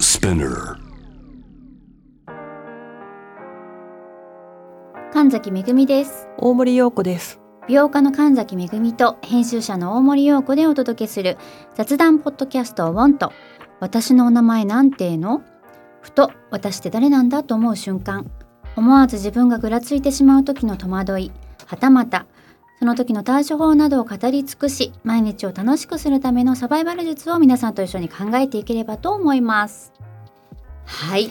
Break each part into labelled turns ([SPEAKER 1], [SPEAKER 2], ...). [SPEAKER 1] Spinner.
[SPEAKER 2] 神崎めぐみです
[SPEAKER 3] 大森洋子です。
[SPEAKER 2] 美容家の神崎めぐみと編集者の大森洋子でお届けする雑談ポッドキャストウォント私のお名前なんてのふと私って誰なんだと思う瞬間思わず自分がぐらついてしまう時の戸惑いはたまたその時の対処法などを語り尽くし毎日を楽しくするためのサバイバル術を皆さんと一緒に考えていければと思いますはい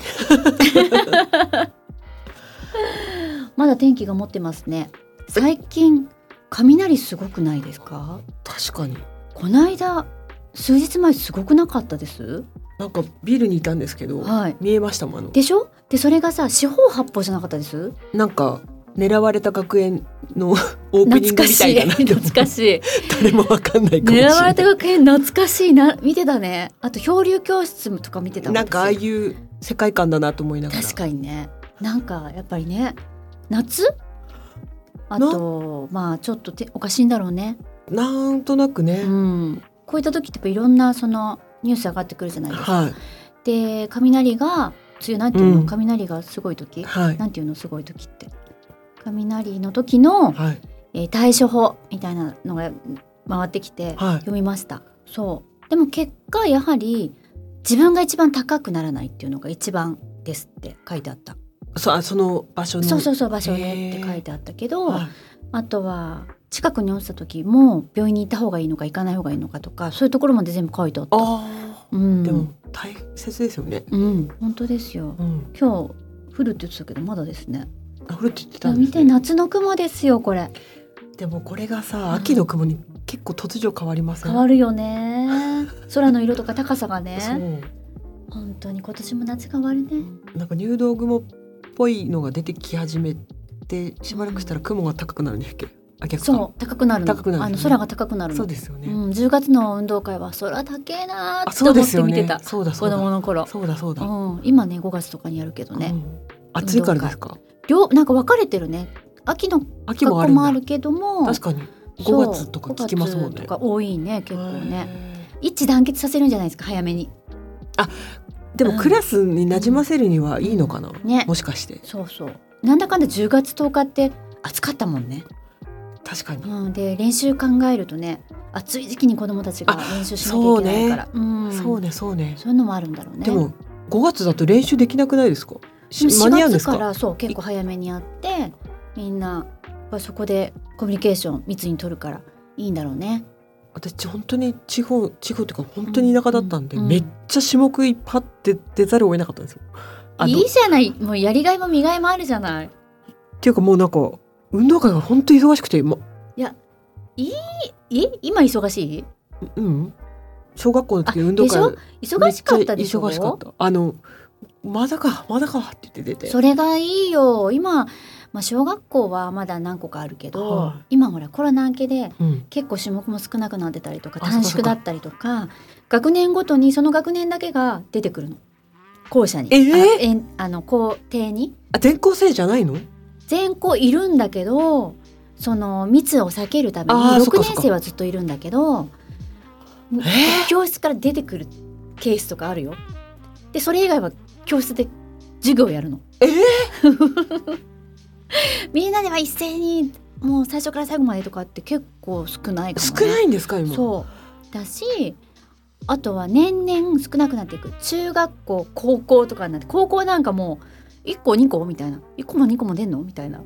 [SPEAKER 2] まだ天気が持ってますね最近雷すごくないですか
[SPEAKER 3] 確かに。
[SPEAKER 2] この間数日前すごくなかったです
[SPEAKER 3] なんかビルにいたんですけど、
[SPEAKER 2] はい
[SPEAKER 3] 見えましたもんあの。
[SPEAKER 2] でしょでそれがさ四方八方じゃなかったです
[SPEAKER 3] なんか狙われた学園の オープニングみたいだなって思う
[SPEAKER 2] 懐かしい
[SPEAKER 3] 誰もわかんないかもしれ
[SPEAKER 2] 狙
[SPEAKER 3] ない。
[SPEAKER 2] われた学園懐かしいな見てたねあと漂流教室とか見てた
[SPEAKER 3] なんかああ
[SPEAKER 2] 私
[SPEAKER 3] いう世界観だなと思いながら。
[SPEAKER 2] 確かにねなんかやっぱりね夏あとまあちょっとておかしいんだろうね
[SPEAKER 3] なんとなくね。
[SPEAKER 2] うんこういった時ってやっぱいろんなそのニュース上がってくるじゃないですか
[SPEAKER 3] はい
[SPEAKER 2] で雷が梅雨なんていうの、
[SPEAKER 3] うん
[SPEAKER 2] 雷がすごい時
[SPEAKER 3] はい
[SPEAKER 2] なんていうのすごい時って雷の時の、
[SPEAKER 3] はい
[SPEAKER 2] えー対処法みたいなのが回ってきて
[SPEAKER 3] はい。
[SPEAKER 2] 読みました、そうでも結果やはり自分が一番高くならないっていうのが一番ですって書いてあった、
[SPEAKER 3] そあその場所の。
[SPEAKER 2] そうそうそう場所ねって書いてあったけど、
[SPEAKER 3] はい
[SPEAKER 2] あとは近くに落ちた時も病院に行った方がいいのか行かない方がいいのかとかそういうところまで全部書いてあった
[SPEAKER 3] あ
[SPEAKER 2] うん
[SPEAKER 3] あ。でも大切ですよね。
[SPEAKER 2] うん本当ですよ
[SPEAKER 3] うん。
[SPEAKER 2] 今日降るって言ってたけどまだですね
[SPEAKER 3] あ降るって言ってたんで
[SPEAKER 2] 見
[SPEAKER 3] す、
[SPEAKER 2] て
[SPEAKER 3] ね。
[SPEAKER 2] 夏の雲ですよこれ
[SPEAKER 3] でもこれがさ秋の雲に結構突如変わりません。
[SPEAKER 2] 変わるよね空の色とか高さが
[SPEAKER 3] そ
[SPEAKER 2] ね
[SPEAKER 3] う。
[SPEAKER 2] 本当に今年も夏が終わるね
[SPEAKER 3] なんか入道雲っぽいのが出てき始めてしばらくしたら雲が高くなるんだっけあ逆か
[SPEAKER 2] そう高くなるの
[SPEAKER 3] 高くなるの
[SPEAKER 2] あ
[SPEAKER 3] ね
[SPEAKER 2] の空が高くなるの
[SPEAKER 3] そうですよね、
[SPEAKER 2] うん、10月の運動会は空高えなー
[SPEAKER 3] あ
[SPEAKER 2] って
[SPEAKER 3] そ
[SPEAKER 2] 思
[SPEAKER 3] うで
[SPEAKER 2] っ
[SPEAKER 3] す
[SPEAKER 2] て
[SPEAKER 3] よ
[SPEAKER 2] 見て
[SPEAKER 3] ね
[SPEAKER 2] た、
[SPEAKER 3] そうだそ
[SPEAKER 2] 子
[SPEAKER 3] うだ
[SPEAKER 2] 供の頃
[SPEAKER 3] そうだそうだ、
[SPEAKER 2] うん、今ね5月とかにやるけど
[SPEAKER 3] う
[SPEAKER 2] ね、
[SPEAKER 3] ん暑いからですか
[SPEAKER 2] 両なんか分かれてるね秋の
[SPEAKER 3] 秋
[SPEAKER 2] 学
[SPEAKER 3] もあ
[SPEAKER 2] 校
[SPEAKER 3] るんだ
[SPEAKER 2] もあるけども
[SPEAKER 3] 確かに
[SPEAKER 2] そう
[SPEAKER 3] 5月とか聞きますも
[SPEAKER 2] 5
[SPEAKER 3] んね
[SPEAKER 2] 月とか多いね結構ね
[SPEAKER 3] へ
[SPEAKER 2] 一致団結させるんじゃないですか早めに
[SPEAKER 3] ーでもクラスに馴染ませるにはいいのかな、
[SPEAKER 2] ね
[SPEAKER 3] もしかして
[SPEAKER 2] そうそうなんだかんだ10月10日って暑かったもんね
[SPEAKER 3] 確かに
[SPEAKER 2] うん、で練習考えるとね暑い時期に子どもたちが練習しなきゃいけないからそう,、ん、
[SPEAKER 3] そうねそうね
[SPEAKER 2] そういうのもあるんだろうね
[SPEAKER 3] でも5月だと練習できなくないですかし
[SPEAKER 2] でも
[SPEAKER 3] 間に合うん
[SPEAKER 2] 4
[SPEAKER 3] で
[SPEAKER 2] 月
[SPEAKER 3] す
[SPEAKER 2] か
[SPEAKER 3] から
[SPEAKER 2] そう結構早めにやってみんなやっぱりそこでコミュニケーション密に取るからいいんだろうね
[SPEAKER 3] 私本当に地方地方っていうか本当に田舎だったんで、
[SPEAKER 2] うんうん
[SPEAKER 3] めっちゃ種目いっぱいあって出ざるを得なかったんですよ。あの
[SPEAKER 2] いいじゃないもうやりがいも見がいもあるじゃない
[SPEAKER 3] っていうかもうなんか運動会が本当に忙しくて、ま、
[SPEAKER 2] え今忙しい
[SPEAKER 3] うん小学校の時運動会
[SPEAKER 2] あで忙しかったでしょ
[SPEAKER 3] めっちゃ忙しかったあのまだかまだかって言って出て
[SPEAKER 2] それがいいよ今、まあ、小学校はまだ何個かあるけど、
[SPEAKER 3] は
[SPEAKER 2] 今ほらコロナ明けで
[SPEAKER 3] うん、
[SPEAKER 2] 結構種目も少なくなってたりとか
[SPEAKER 3] あそ
[SPEAKER 2] 短
[SPEAKER 3] うかそう
[SPEAKER 2] 縮
[SPEAKER 3] か
[SPEAKER 2] だったりとか学年ごとにその学年だけが出てくるの校舎に、
[SPEAKER 3] えー
[SPEAKER 2] あえんあの校庭に
[SPEAKER 3] あ全校生じゃないの
[SPEAKER 2] 全校いるんだけどその密を避けるために
[SPEAKER 3] あーそっ
[SPEAKER 2] 6
[SPEAKER 3] かそっか
[SPEAKER 2] 年生はずっといるんだけど、
[SPEAKER 3] え
[SPEAKER 2] 教室から出てくるケースとかあるよでそれ以外は教室で授業やるの
[SPEAKER 3] え
[SPEAKER 2] みんなでは一斉にもう最初から最後までとかって結構少ないかも、ね、
[SPEAKER 3] 少ないんですか今
[SPEAKER 2] そうだしあとは年々少なくなっていく中学校高校とかになって高校なんかもう1個2個みたいな1個も2個も出んのみたいな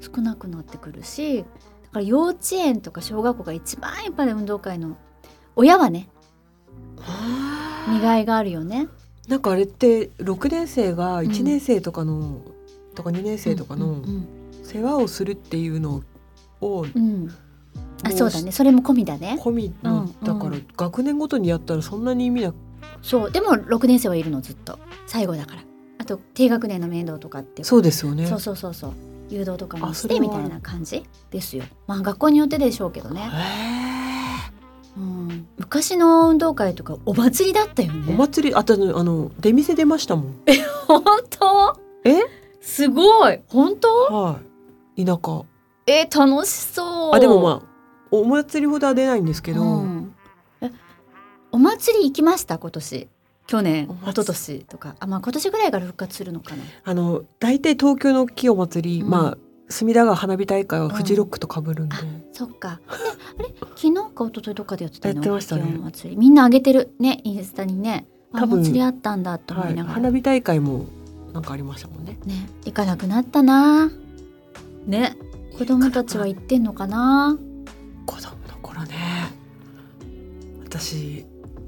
[SPEAKER 2] 少なくなってくるしだから幼稚園とか小学校が一番やっぱり運動会の親はね
[SPEAKER 3] あー
[SPEAKER 2] 見がいがあるよね。
[SPEAKER 3] なんかあれって6年生が
[SPEAKER 2] ん
[SPEAKER 3] 1年生とかの、とか2年生とか
[SPEAKER 2] うん
[SPEAKER 3] の
[SPEAKER 2] うん
[SPEAKER 3] 世話をするっていうのを
[SPEAKER 2] うんあそうだねそれも込みだね
[SPEAKER 3] 込み
[SPEAKER 2] う
[SPEAKER 3] の、
[SPEAKER 2] ん
[SPEAKER 3] だか
[SPEAKER 2] う
[SPEAKER 3] ら学年ごとにやったらそんなに意味なく
[SPEAKER 2] そうでも6年生はいるのずっと最後だからあと低学年の面倒とかって
[SPEAKER 3] そうですよね
[SPEAKER 2] そうそうそうそう誘導とかも
[SPEAKER 3] あ
[SPEAKER 2] し
[SPEAKER 3] それ
[SPEAKER 2] て
[SPEAKER 3] は
[SPEAKER 2] みたいな感じですよまあ学校によってでしょうけどね、
[SPEAKER 3] へ
[SPEAKER 2] うん、昔の運動会とかお祭りだったよ
[SPEAKER 3] ーお
[SPEAKER 2] ね
[SPEAKER 3] 祭りあとあのあの出店出ましたもん
[SPEAKER 2] 本当
[SPEAKER 3] え
[SPEAKER 2] すごい本当
[SPEAKER 3] はい田舎
[SPEAKER 2] え楽しそう
[SPEAKER 3] あでもまあお祭りほどは出ないんですけど、
[SPEAKER 2] うんえお祭り行きました今年去年
[SPEAKER 3] お
[SPEAKER 2] 一
[SPEAKER 3] 祭り
[SPEAKER 2] 昨年とかあまあ今年ぐらいから復活するのかな
[SPEAKER 3] あの大体東京の大きいお祭り、
[SPEAKER 2] うん
[SPEAKER 3] まあ隅田川花火大会はフジロックと被るんで、
[SPEAKER 2] そっか。ね、あれ昨日か一昨日とかでやってたよね
[SPEAKER 3] やってましたね
[SPEAKER 2] お祭りお祭りみんな上げてるねインスタにね。あ
[SPEAKER 3] 多
[SPEAKER 2] お
[SPEAKER 3] 分
[SPEAKER 2] 祭りあったんだと思
[SPEAKER 3] はいい、
[SPEAKER 2] ながら、
[SPEAKER 3] 花火大会もなんかありましたもんね。
[SPEAKER 2] ね行かなくなったな。ね子供たちは行ってんのかな。
[SPEAKER 3] 子供の頃ね私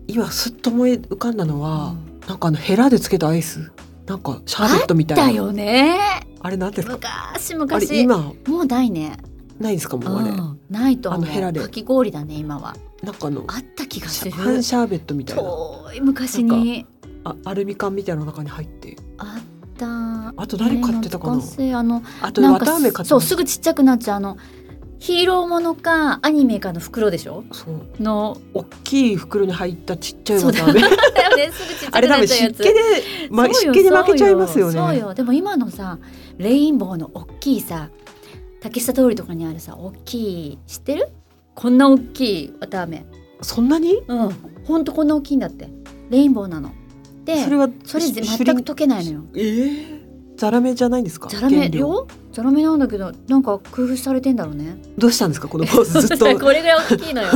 [SPEAKER 3] 今すっと思い浮かんだのは、なんかあのヘラでつけたアイスなんかシャーベットみたいな
[SPEAKER 2] だよね。
[SPEAKER 3] あれなんですか
[SPEAKER 2] 昔
[SPEAKER 3] あれ
[SPEAKER 2] 昔。
[SPEAKER 3] 今
[SPEAKER 2] もうないね。
[SPEAKER 3] ないですかもう
[SPEAKER 2] う
[SPEAKER 3] あれ、
[SPEAKER 2] ん、ないと思
[SPEAKER 3] あのヘラ
[SPEAKER 2] う。
[SPEAKER 3] で
[SPEAKER 2] かき氷だね今は。
[SPEAKER 3] なんかあの
[SPEAKER 2] あった気がす
[SPEAKER 3] シャ
[SPEAKER 2] る。
[SPEAKER 3] 半シャーベットみたいな
[SPEAKER 2] 遠い昔に
[SPEAKER 3] あアルミ缶みたいなの中に入って
[SPEAKER 2] あった。
[SPEAKER 3] あと何買ってたかな、
[SPEAKER 2] 昔あの
[SPEAKER 3] あと
[SPEAKER 2] なんか
[SPEAKER 3] 綿あめ買ってました
[SPEAKER 2] そうすぐちっちゃくなっちゃうあのヒーローものかアニメかの袋でしょ
[SPEAKER 3] そう
[SPEAKER 2] の
[SPEAKER 3] 大きい袋に入ったちっちゃい
[SPEAKER 2] そう
[SPEAKER 3] 綿あめ
[SPEAKER 2] だよねすぐちっちゃ
[SPEAKER 3] あ
[SPEAKER 2] く
[SPEAKER 3] れ多
[SPEAKER 2] なっ
[SPEAKER 3] 分
[SPEAKER 2] ちゃうや
[SPEAKER 3] 湿
[SPEAKER 2] つ
[SPEAKER 3] 気で、ま、
[SPEAKER 2] そう
[SPEAKER 3] 湿
[SPEAKER 2] よ
[SPEAKER 3] 気で負けちゃいますよ
[SPEAKER 2] そうよそう
[SPEAKER 3] ね
[SPEAKER 2] よでも今のさレインボーの大きいさ竹下通りとかにあるさ大きい知ってるこんな大きい綿あめ
[SPEAKER 3] そんなに
[SPEAKER 2] うんほんとこんな大きいんだってレインボーなので
[SPEAKER 3] それは
[SPEAKER 2] それ
[SPEAKER 3] し
[SPEAKER 2] 全
[SPEAKER 3] シュ
[SPEAKER 2] く
[SPEAKER 3] リン
[SPEAKER 2] 溶けないのよ
[SPEAKER 3] えーザラメじゃないんですか
[SPEAKER 2] ザラメ
[SPEAKER 3] 原料
[SPEAKER 2] よザラメなんだけどなんか工夫されてんだろうね
[SPEAKER 3] どうしたんです かこのポーズずっと
[SPEAKER 2] これぐらい大き いのよ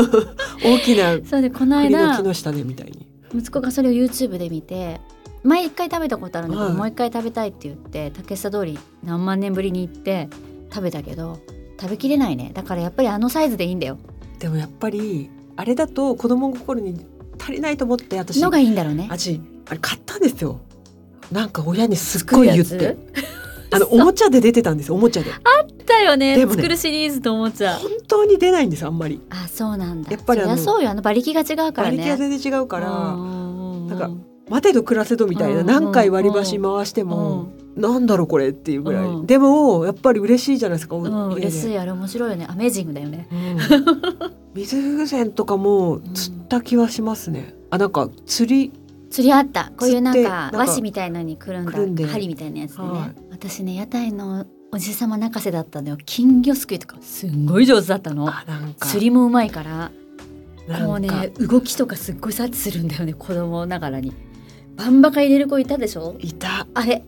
[SPEAKER 3] 大きな
[SPEAKER 2] そうでこの
[SPEAKER 3] 栗の
[SPEAKER 2] 間
[SPEAKER 3] 木の下でみたいに
[SPEAKER 2] 息子がそれを YouTube で見て前一回食べたことあるんだけど、
[SPEAKER 3] はい
[SPEAKER 2] もう一回食べたいって言って竹下通り何万年ぶりに行って食べたけど食べきれないねだからやっぱりあのサイズでいいんだよ
[SPEAKER 3] でもやっぱりあれだと子供心に足りないと思って私
[SPEAKER 2] のがいいんだろうね
[SPEAKER 3] 私あれ買ったんですよなんか親にすっごい言っ
[SPEAKER 2] 作るや
[SPEAKER 3] てあのおもちゃで出てたんですよおもちゃで
[SPEAKER 2] だよね
[SPEAKER 3] でもね
[SPEAKER 2] 作るシリーズと思っちゃう
[SPEAKER 3] 本当に出ないんですあんまり
[SPEAKER 2] あそうなんだ
[SPEAKER 3] やっぱりあの
[SPEAKER 2] そりゃそうよあの馬力が違うからね
[SPEAKER 3] 馬力が全然違うから
[SPEAKER 2] な
[SPEAKER 3] なんか待てど暮らせどみたい
[SPEAKER 2] うんう
[SPEAKER 3] なん何回割り箸回してもなんだろうこれっていうぐら
[SPEAKER 2] うん
[SPEAKER 3] いでもやっぱり嬉しいじゃないですか
[SPEAKER 2] うん
[SPEAKER 3] 家で
[SPEAKER 2] 嬉しいあれ面白いよねアメージングだよね
[SPEAKER 3] うん水風船とかも釣った気はしますね。あなんか釣り
[SPEAKER 2] 釣りあったこういうなん
[SPEAKER 3] 釣って
[SPEAKER 2] か
[SPEAKER 3] なんか
[SPEAKER 2] 和紙みたいなのにくるんだ
[SPEAKER 3] くるんで
[SPEAKER 2] 針みたいなやつでね、
[SPEAKER 3] はい
[SPEAKER 2] 私ね屋台のおじさま泣かせだったのよ金魚すくいとかすんごい上手だったの
[SPEAKER 3] あなんか
[SPEAKER 2] 釣りもうまいから
[SPEAKER 3] なんか
[SPEAKER 2] もうね動きとかすっごい察知するんだよね子供ながらにバンバカ入れる子いたでしょ
[SPEAKER 3] いた
[SPEAKER 2] あれ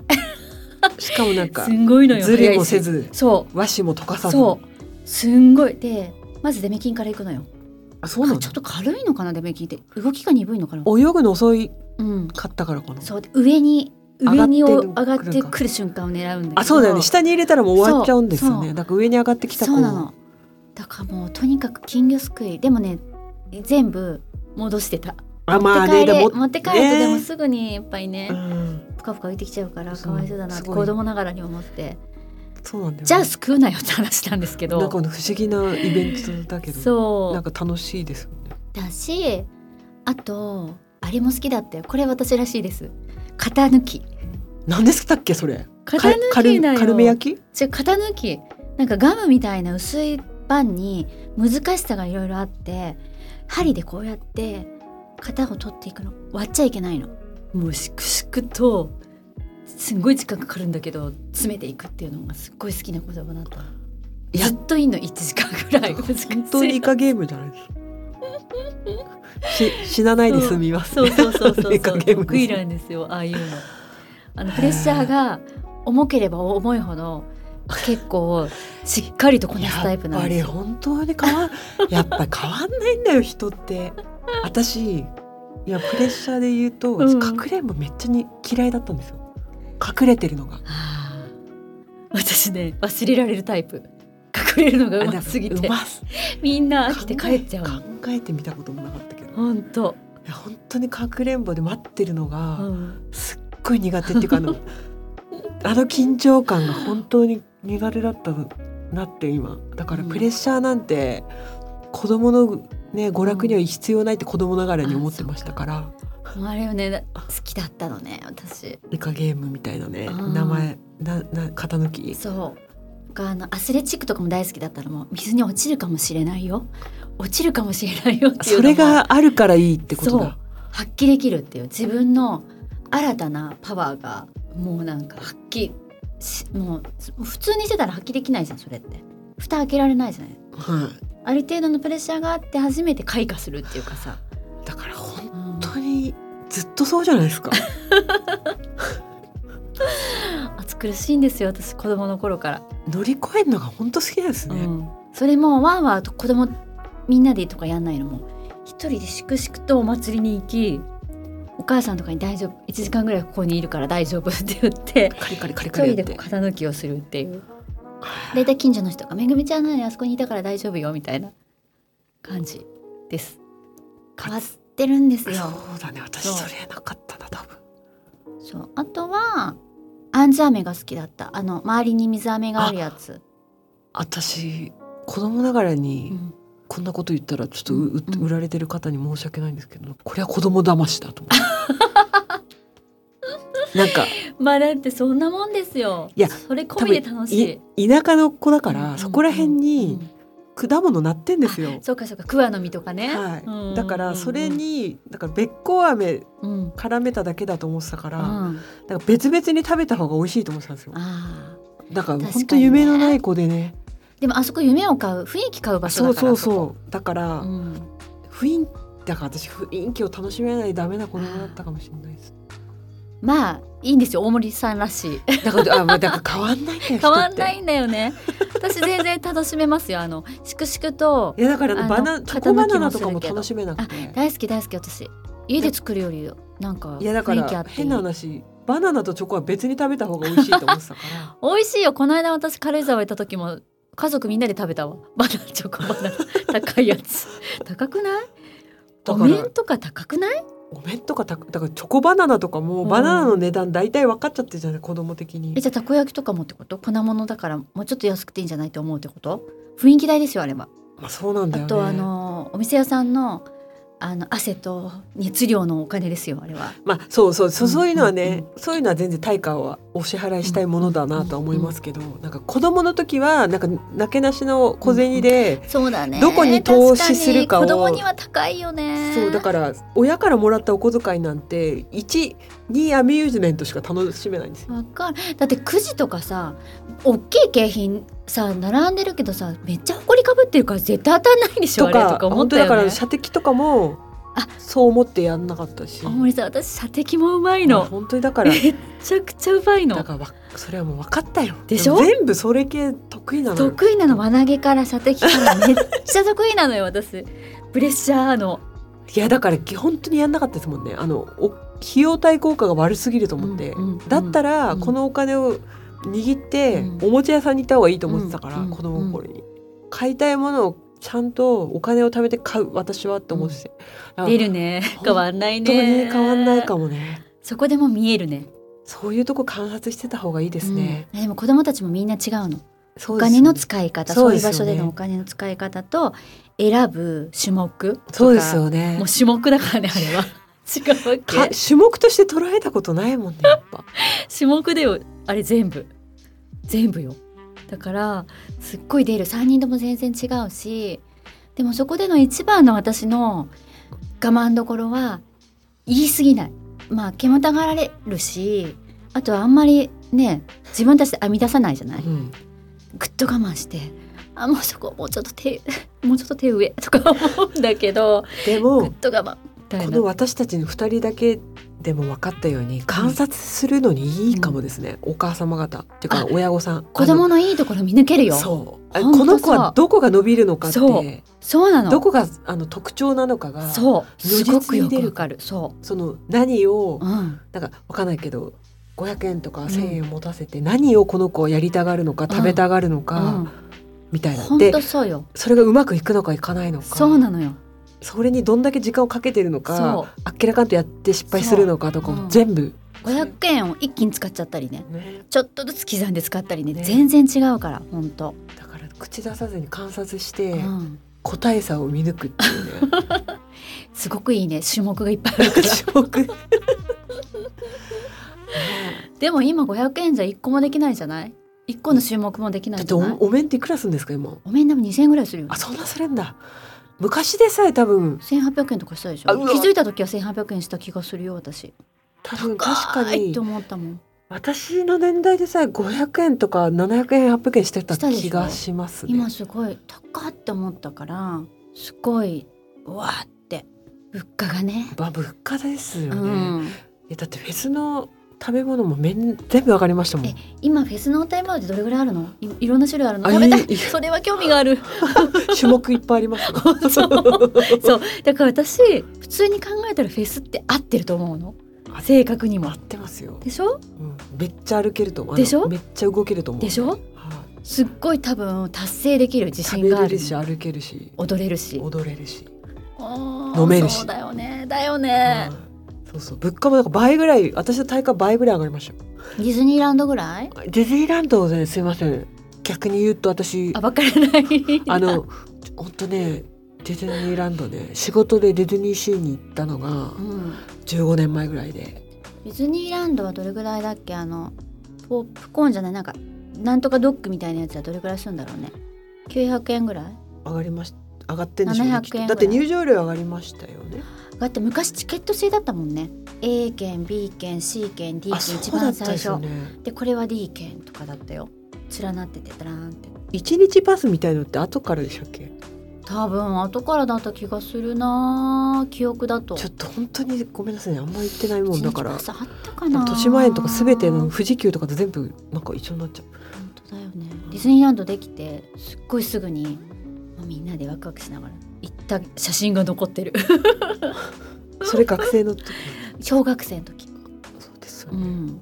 [SPEAKER 3] しかもなんか
[SPEAKER 2] すんごいのよ
[SPEAKER 3] ずり
[SPEAKER 2] 早
[SPEAKER 3] もせ
[SPEAKER 2] いし
[SPEAKER 3] ず
[SPEAKER 2] そ
[SPEAKER 3] 和紙も溶か
[SPEAKER 2] う
[SPEAKER 3] さず
[SPEAKER 2] そうすんごいでまずデメキンから行くのよ
[SPEAKER 3] あそうなの
[SPEAKER 2] ちょっと軽いのかなデメキンって動きが鈍いのかな
[SPEAKER 3] 泳ぐの遅い
[SPEAKER 2] うん
[SPEAKER 3] かったからかな
[SPEAKER 2] そうで上に上に
[SPEAKER 3] 上が
[SPEAKER 2] お
[SPEAKER 3] って
[SPEAKER 2] 上がって
[SPEAKER 3] くるか
[SPEAKER 2] くる瞬間を狙うんだけど
[SPEAKER 3] あそうだよね下に入れたらもう終わっちゃうんですよ
[SPEAKER 2] そ
[SPEAKER 3] ねだから上に上がってきた子
[SPEAKER 2] そうなのだからもうとにかく金魚すくいでもね全部戻してた
[SPEAKER 3] あま
[SPEAKER 2] 持っ
[SPEAKER 3] あ
[SPEAKER 2] て
[SPEAKER 3] ね
[SPEAKER 2] 帰
[SPEAKER 3] で
[SPEAKER 2] れ
[SPEAKER 3] も
[SPEAKER 2] 持って帰るとでも
[SPEAKER 3] ね
[SPEAKER 2] すぐにやっぱりね
[SPEAKER 3] うん
[SPEAKER 2] ぷかぷか浮いてきちゃうから
[SPEAKER 3] そう
[SPEAKER 2] かわいそうだなって
[SPEAKER 3] すごい
[SPEAKER 2] 子供ながらに思って
[SPEAKER 3] そうなんだよね
[SPEAKER 2] じゃあすくうなよって話したんですけど
[SPEAKER 3] なんかあの不思議なイベントだけど
[SPEAKER 2] そ
[SPEAKER 3] なん
[SPEAKER 2] う
[SPEAKER 3] か楽しいですよね
[SPEAKER 2] だしあとあれも好きだったよこれ私らしいです型抜き
[SPEAKER 3] 何でしたっけそれ
[SPEAKER 2] 型抜
[SPEAKER 3] か
[SPEAKER 2] き
[SPEAKER 3] る
[SPEAKER 2] だよ
[SPEAKER 3] 軽め焼き
[SPEAKER 2] 違う型抜きなんかガムみたいな薄いパンに難しさがいろいろあって針でこうやって型を取っていくの割っちゃいけないのもうしくしくとすんごい時間かかるんだけど詰めていくっていうのがすっごい好きな子供だった
[SPEAKER 3] いや
[SPEAKER 2] ずっといいの1時間ぐらい難しい
[SPEAKER 3] 本当にイカゲームじゃないですか。し死なないで済みます。
[SPEAKER 2] そうそうそうそう
[SPEAKER 3] イ
[SPEAKER 2] そ
[SPEAKER 3] カ
[SPEAKER 2] う
[SPEAKER 3] ゲーム
[SPEAKER 2] 得
[SPEAKER 3] で
[SPEAKER 2] 意
[SPEAKER 3] す
[SPEAKER 2] なんですよああいうのあのプレッシャーが重ければ重いほど結構しっかりとこなすタ
[SPEAKER 3] や
[SPEAKER 2] イ
[SPEAKER 3] っ
[SPEAKER 2] プなん
[SPEAKER 3] ぱ
[SPEAKER 2] です
[SPEAKER 3] り
[SPEAKER 2] よ
[SPEAKER 3] 本当に変わ んやっぱり変わんないんだよ人って。私いやプレッシャーで言うと、
[SPEAKER 2] うん
[SPEAKER 3] かくれんぼめっちゃに嫌いだったんですよ。隠れてるのが。
[SPEAKER 2] あー私ね忘れられるタイプ隠れるのがう
[SPEAKER 3] あ
[SPEAKER 2] ますぎ
[SPEAKER 3] う
[SPEAKER 2] て
[SPEAKER 3] ます
[SPEAKER 2] みんな飽きて帰っちゃう
[SPEAKER 3] 考
[SPEAKER 2] の
[SPEAKER 3] え考えてみたこともなかったけど。い
[SPEAKER 2] ほんと、
[SPEAKER 3] や本当にかくれんぼで待ってるの
[SPEAKER 2] う
[SPEAKER 3] が、
[SPEAKER 2] ん、
[SPEAKER 3] すっごい苦手っていうか あのあの緊張感が本当に苦手だったなって今だからプレッシャーなんて子供のね娯楽には必要ないって子供ながらに思ってましたから、
[SPEAKER 2] あれよね好きだったのね私
[SPEAKER 3] イカゲームみたいなね
[SPEAKER 2] うん
[SPEAKER 3] 名前なな型抜き
[SPEAKER 2] そうがあのアスレチックとかも大好きだったのも水に落ちるかもしれないよ落ちるかもしれないよっていう
[SPEAKER 3] そ
[SPEAKER 2] のも
[SPEAKER 3] れがあるからいいってことだ
[SPEAKER 2] 発揮できるっていう自分の新たなパワーがもうなんか発揮しもう普通にしてたら発揮できないじゃんそれって蓋開けられないじゃない
[SPEAKER 3] はい
[SPEAKER 2] ある程度のプレッシャーがあって初めて開花するっていうかさ、
[SPEAKER 3] だから本当にずっとそうじゃないで すか
[SPEAKER 2] 暑苦しいんですよ私子供の頃から、
[SPEAKER 3] 乗り越えるのが本当好きなんです
[SPEAKER 2] う
[SPEAKER 3] ね、
[SPEAKER 2] ん、それもわーわーと子供みんなでとかやんないのもう一人でしくしくとお祭りに行きお母さんとかに「大丈夫1時間ぐらいここにいるから大丈夫」って言って
[SPEAKER 3] カリカリカリ
[SPEAKER 2] 一
[SPEAKER 3] カリ
[SPEAKER 2] 人
[SPEAKER 3] や
[SPEAKER 2] で
[SPEAKER 3] っ
[SPEAKER 2] こ
[SPEAKER 3] て
[SPEAKER 2] う型抜きをするっていう大体近所の人が「めぐみちゃんなのにあそこにいたから大丈夫よ」みたいな感じです変わってるんですよ
[SPEAKER 3] そうだね私
[SPEAKER 2] そう
[SPEAKER 3] それなかったな多分
[SPEAKER 2] そうあとはあんず飴が好きだったあの周りに水飴があるやつ、
[SPEAKER 3] 私子供ながら
[SPEAKER 2] う
[SPEAKER 3] に
[SPEAKER 2] ん
[SPEAKER 3] こんなこと言ったらちょっとう、う
[SPEAKER 2] うん
[SPEAKER 3] 売られてる方に申し訳ないんですけどこれは子供騙しだと 思うなんか
[SPEAKER 2] まあだってそんなもんですよ
[SPEAKER 3] いや
[SPEAKER 2] それ込
[SPEAKER 3] 多
[SPEAKER 2] み
[SPEAKER 3] 分
[SPEAKER 2] で楽しい
[SPEAKER 3] い田舎の子だから、
[SPEAKER 2] うん
[SPEAKER 3] そこら辺
[SPEAKER 2] うん
[SPEAKER 3] に果物なってんですよ、
[SPEAKER 2] そうかそうか桑の実とかね、
[SPEAKER 3] はい、
[SPEAKER 2] うん
[SPEAKER 3] だからそれ、にだからべっこう飴
[SPEAKER 2] うんうん
[SPEAKER 3] 絡めただけだと思ってたから、
[SPEAKER 2] うん
[SPEAKER 3] なんか別々に食べた方が美味しいと思ってたんですよ
[SPEAKER 2] あ
[SPEAKER 3] だか
[SPEAKER 2] 確か
[SPEAKER 3] ら
[SPEAKER 2] にね
[SPEAKER 3] 本当夢のない子でね
[SPEAKER 2] ーでもあそこ夢を買う雰囲気買う場所だ
[SPEAKER 3] そう
[SPEAKER 2] か
[SPEAKER 3] そ
[SPEAKER 2] ら
[SPEAKER 3] うそうだか
[SPEAKER 2] あ
[SPEAKER 3] ら、
[SPEAKER 2] そこうん
[SPEAKER 3] 雰囲気だから私雰囲気を楽しめないダメな子供だったかもしれないです
[SPEAKER 2] まあいいんですよ大森さんらしい
[SPEAKER 3] だからあ、まあ、だから変わんないんだよ
[SPEAKER 2] 変わんな
[SPEAKER 3] 人って
[SPEAKER 2] いんだよね私全然楽しめますよあのしくしくと
[SPEAKER 3] いやだからあの
[SPEAKER 2] あの
[SPEAKER 3] バナチョコバナナとかも楽しめなくて
[SPEAKER 2] 大好き大好き私家で作るよりなんか
[SPEAKER 3] いやだか
[SPEAKER 2] 雰囲気あ
[SPEAKER 3] ら
[SPEAKER 2] っていい
[SPEAKER 3] 変な話バナナとチョコは別に食べた方が美味しいと思ってたか
[SPEAKER 2] 美味しいよこの間私軽井沢行った時も家族みんなで食べたわ バナナチョコバナナ 高いやつ高くない
[SPEAKER 3] ら
[SPEAKER 2] お
[SPEAKER 3] だから
[SPEAKER 2] 面とか高くない
[SPEAKER 3] お面とかただからチョコバナナとかもバナナの値段大体分かっちゃってるじゃない子供的に
[SPEAKER 2] えじゃあたこ焼きとかもってこと粉物だからもうちょっと安くていいんじゃないって思うってこと雰囲気代ですよあれは、
[SPEAKER 3] まあそうなんだ
[SPEAKER 2] あ
[SPEAKER 3] よね
[SPEAKER 2] とあのお店屋さんのあの汗と熱量のお金ですよあれは
[SPEAKER 3] まあそうそうそう
[SPEAKER 2] うん
[SPEAKER 3] そういうのはね、
[SPEAKER 2] うんうん
[SPEAKER 3] そういうのは全然対価はお支払いしたいものだなとは思いますけど、なんか子供の時はなんかなけなしの小銭で、
[SPEAKER 2] そうだね
[SPEAKER 3] どこに投資するかを
[SPEAKER 2] 確に子供には高いよね
[SPEAKER 3] そうだから親からもらったお小遣いなんて12アミューズメントしか楽しめないんですよ。
[SPEAKER 2] わかるだってくじとかさ大きい景品さ並んでるけどさめっちゃ埃かぶってるから絶対当たんないでしょあれとか思っ
[SPEAKER 3] 本当
[SPEAKER 2] た
[SPEAKER 3] だか
[SPEAKER 2] よね
[SPEAKER 3] ら射的とかも
[SPEAKER 2] あ
[SPEAKER 3] そう思ってやんなかったし
[SPEAKER 2] 大森さん私射的もうまい
[SPEAKER 3] まあ
[SPEAKER 2] の
[SPEAKER 3] 本当に だから
[SPEAKER 2] めっちゃくちゃうまい
[SPEAKER 3] だ
[SPEAKER 2] の
[SPEAKER 3] からわそれはもう分かったよ
[SPEAKER 2] でしょ
[SPEAKER 3] も全部それ系得意なのよ
[SPEAKER 2] 得意なの輪投げから射的からめっちゃ得意なのよ私プレッシャーの
[SPEAKER 3] いやだから基本当にやんなかったですもんねあのお費用対効果が悪すぎると思って、
[SPEAKER 2] うんうんうん
[SPEAKER 3] だったら
[SPEAKER 2] うん
[SPEAKER 3] このお金を握って
[SPEAKER 2] うん
[SPEAKER 3] おもちゃ屋さんに行った方がいいと思ってたから、
[SPEAKER 2] うんうん
[SPEAKER 3] 子供の頃に、買いたいものをちゃんとお金を貯めて買う私はって思ってて、だから
[SPEAKER 2] 出るね変わんない
[SPEAKER 3] 本当に
[SPEAKER 2] ね
[SPEAKER 3] 変わんないかもね
[SPEAKER 2] そこでも見えるね
[SPEAKER 3] そういうとこ観察してた方がいいですね、
[SPEAKER 2] うんでも子供たちもみんな違うの
[SPEAKER 3] そ
[SPEAKER 2] お
[SPEAKER 3] うです
[SPEAKER 2] 金の使い方そ,、
[SPEAKER 3] そううで
[SPEAKER 2] いう
[SPEAKER 3] すよ
[SPEAKER 2] 場
[SPEAKER 3] ね
[SPEAKER 2] 所でのお金の使い方と選ぶ種目とか
[SPEAKER 3] そうですよね
[SPEAKER 2] もう種目だからねあ れは違うわ
[SPEAKER 3] か
[SPEAKER 2] け
[SPEAKER 3] 種目として捉えたことないもんねやっぱ
[SPEAKER 2] 種目だよあれ全部全部よだからすっごい出る3人とも全然違うしでもそこでの一番の私の我慢どころは言い過ぎないまあ煙たがられるしあとはあんまりね自分たちで編み出さないじゃない
[SPEAKER 3] うん
[SPEAKER 2] ぐっと我慢して「あもうそこもうちょっと手 もうちょっと手上」とか思うんだけど
[SPEAKER 3] で
[SPEAKER 2] ぐっ
[SPEAKER 3] も
[SPEAKER 2] と我慢みたい
[SPEAKER 3] こ
[SPEAKER 2] な
[SPEAKER 3] の。私たちの2人だけでも分かったように観察するのにいいかもですね、お母様方っていう
[SPEAKER 2] あ
[SPEAKER 3] か親御さん
[SPEAKER 2] 子供のいいところ見抜ける
[SPEAKER 3] あ
[SPEAKER 2] よ
[SPEAKER 3] のそうあ
[SPEAKER 2] ほんと
[SPEAKER 3] この子
[SPEAKER 2] そう
[SPEAKER 3] はどこが伸びるのかっ
[SPEAKER 2] そう
[SPEAKER 3] て
[SPEAKER 2] そうなの
[SPEAKER 3] どこがあの特徴なのかがそ
[SPEAKER 2] そうすごくよくわかるそ
[SPEAKER 3] の何を
[SPEAKER 2] う、うん、
[SPEAKER 3] なんか分かんないけど500円とか
[SPEAKER 2] ん
[SPEAKER 3] 1,000円を持たせて何をこの子はやりたがるのか
[SPEAKER 2] ん
[SPEAKER 3] 食べたがるの
[SPEAKER 2] うん
[SPEAKER 3] か、みたいな、
[SPEAKER 2] ほん
[SPEAKER 3] で
[SPEAKER 2] とそうよ
[SPEAKER 3] それがうまくいくのかいかないのか
[SPEAKER 2] そうなのよ
[SPEAKER 3] それにどんだけ時間をかけてるの
[SPEAKER 2] そ
[SPEAKER 3] かあっけらかんとやって失敗するのかとか
[SPEAKER 2] そううん
[SPEAKER 3] も全部、
[SPEAKER 2] う500円を一気に使っちゃったりね
[SPEAKER 3] ね、
[SPEAKER 2] ちょっとずつ刻んで使ったりね
[SPEAKER 3] ね
[SPEAKER 2] 全然違うからほんと、
[SPEAKER 3] だから口出さずに観察して
[SPEAKER 2] うん、
[SPEAKER 3] 個体差を見抜くっていうね
[SPEAKER 2] すごくいいね種目がいっぱいあ るから
[SPEAKER 3] 種 目ね
[SPEAKER 2] でも今500円じゃ1個もできないじゃない1個の種目もできな
[SPEAKER 3] だ
[SPEAKER 2] い
[SPEAKER 3] っ
[SPEAKER 2] じ
[SPEAKER 3] て
[SPEAKER 2] ゃ
[SPEAKER 3] お
[SPEAKER 2] ない
[SPEAKER 3] お面っていくらするんですか今
[SPEAKER 2] お面でも2000円ぐらいするよ
[SPEAKER 3] あそんなするんだ昔でさえ多分
[SPEAKER 2] 1800円とかしたでし
[SPEAKER 3] あ
[SPEAKER 2] ょ
[SPEAKER 3] うわ
[SPEAKER 2] 気づいた時は1800円した気がするよ私
[SPEAKER 3] 多分確
[SPEAKER 2] 高
[SPEAKER 3] か
[SPEAKER 2] いっ
[SPEAKER 3] に
[SPEAKER 2] て思ったもん
[SPEAKER 3] 私の年代でさえ500円とか700円800円してた
[SPEAKER 2] したでしょ
[SPEAKER 3] 気がしますね
[SPEAKER 2] 今すごい高っって思ったからすごいうわーって物価がね
[SPEAKER 3] まあ物価ですよ
[SPEAKER 2] う
[SPEAKER 3] ね、
[SPEAKER 2] ん、
[SPEAKER 3] えだってフェスの食べ物もめん全部上がりましたもん
[SPEAKER 2] え今フェスのタイムアウトどれぐらいあるのいいろんな種類あるの
[SPEAKER 3] あ
[SPEAKER 2] 食べた
[SPEAKER 3] いい
[SPEAKER 2] い
[SPEAKER 3] い
[SPEAKER 2] それは興味がある
[SPEAKER 3] 種目いっぱいありますね
[SPEAKER 2] そうだから私普通に考えたらフェスって合ってると思うの
[SPEAKER 3] あ
[SPEAKER 2] 正確にも
[SPEAKER 3] 合ってますよ、
[SPEAKER 2] でしょ
[SPEAKER 3] うん、めっちゃ歩けると思うあの
[SPEAKER 2] でしょ
[SPEAKER 3] めっちゃ動けると思う
[SPEAKER 2] でしょ
[SPEAKER 3] は
[SPEAKER 2] すっごい多分達成できる
[SPEAKER 3] い
[SPEAKER 2] 自
[SPEAKER 3] 食
[SPEAKER 2] 信
[SPEAKER 3] べ
[SPEAKER 2] があ
[SPEAKER 3] れ
[SPEAKER 2] る
[SPEAKER 3] るし歩けるし
[SPEAKER 2] 踊れるし
[SPEAKER 3] 踊れるし、
[SPEAKER 2] 飲
[SPEAKER 3] 飲めるし
[SPEAKER 2] そうだよねだよね
[SPEAKER 3] はいそうそう物価もなんか倍ぐらい私の体感倍ぐらい上がりましたよ
[SPEAKER 2] ディズニーランドぐらい
[SPEAKER 3] ディズニーランドで、すいません逆に言うと私
[SPEAKER 2] あばっかりない
[SPEAKER 3] あの本当ねディズニーランドで仕事でディズニーシーに行ったのが
[SPEAKER 2] うん
[SPEAKER 3] 15年前ぐらいで
[SPEAKER 2] ディズニーランドはどれぐらいだっけあのポップコーンじゃないなんかなんとかドッグみたいなやつはどれぐらいするんだろうね900円ぐらい
[SPEAKER 3] 上がりまし上がってんでしょうね
[SPEAKER 2] 700
[SPEAKER 3] きっ
[SPEAKER 2] 円ぐ
[SPEAKER 3] と
[SPEAKER 2] らい
[SPEAKER 3] だって入場料上がりましたよね
[SPEAKER 2] だって昔チケット制だったもんね A 券 B 券 C 券 D 券
[SPEAKER 3] あ
[SPEAKER 2] 一
[SPEAKER 3] そうだ
[SPEAKER 2] 番
[SPEAKER 3] った
[SPEAKER 2] 最
[SPEAKER 3] ですよ
[SPEAKER 2] 初
[SPEAKER 3] ね
[SPEAKER 2] でこれは D 券とかだったよ連なっててダラーンって
[SPEAKER 3] 一日パスみたいのって後からでしたっけ
[SPEAKER 2] 多分後からだった気がするな記憶だと
[SPEAKER 3] ちょっと本当にごめんなさいねあんま行ってないもん
[SPEAKER 2] 一
[SPEAKER 3] だ
[SPEAKER 2] 日
[SPEAKER 3] から
[SPEAKER 2] パスあったかな
[SPEAKER 3] 豊島園とか全ての富士急とかと全部なんか一緒になっちゃう
[SPEAKER 2] 本当だよねディズニーランドできてすっごいすぐにもうみんなでワクワクしながら行った写真が残ってる
[SPEAKER 3] それ学生の時
[SPEAKER 2] 小学生の時、
[SPEAKER 3] そうですよ
[SPEAKER 2] う
[SPEAKER 3] ね、
[SPEAKER 2] ん、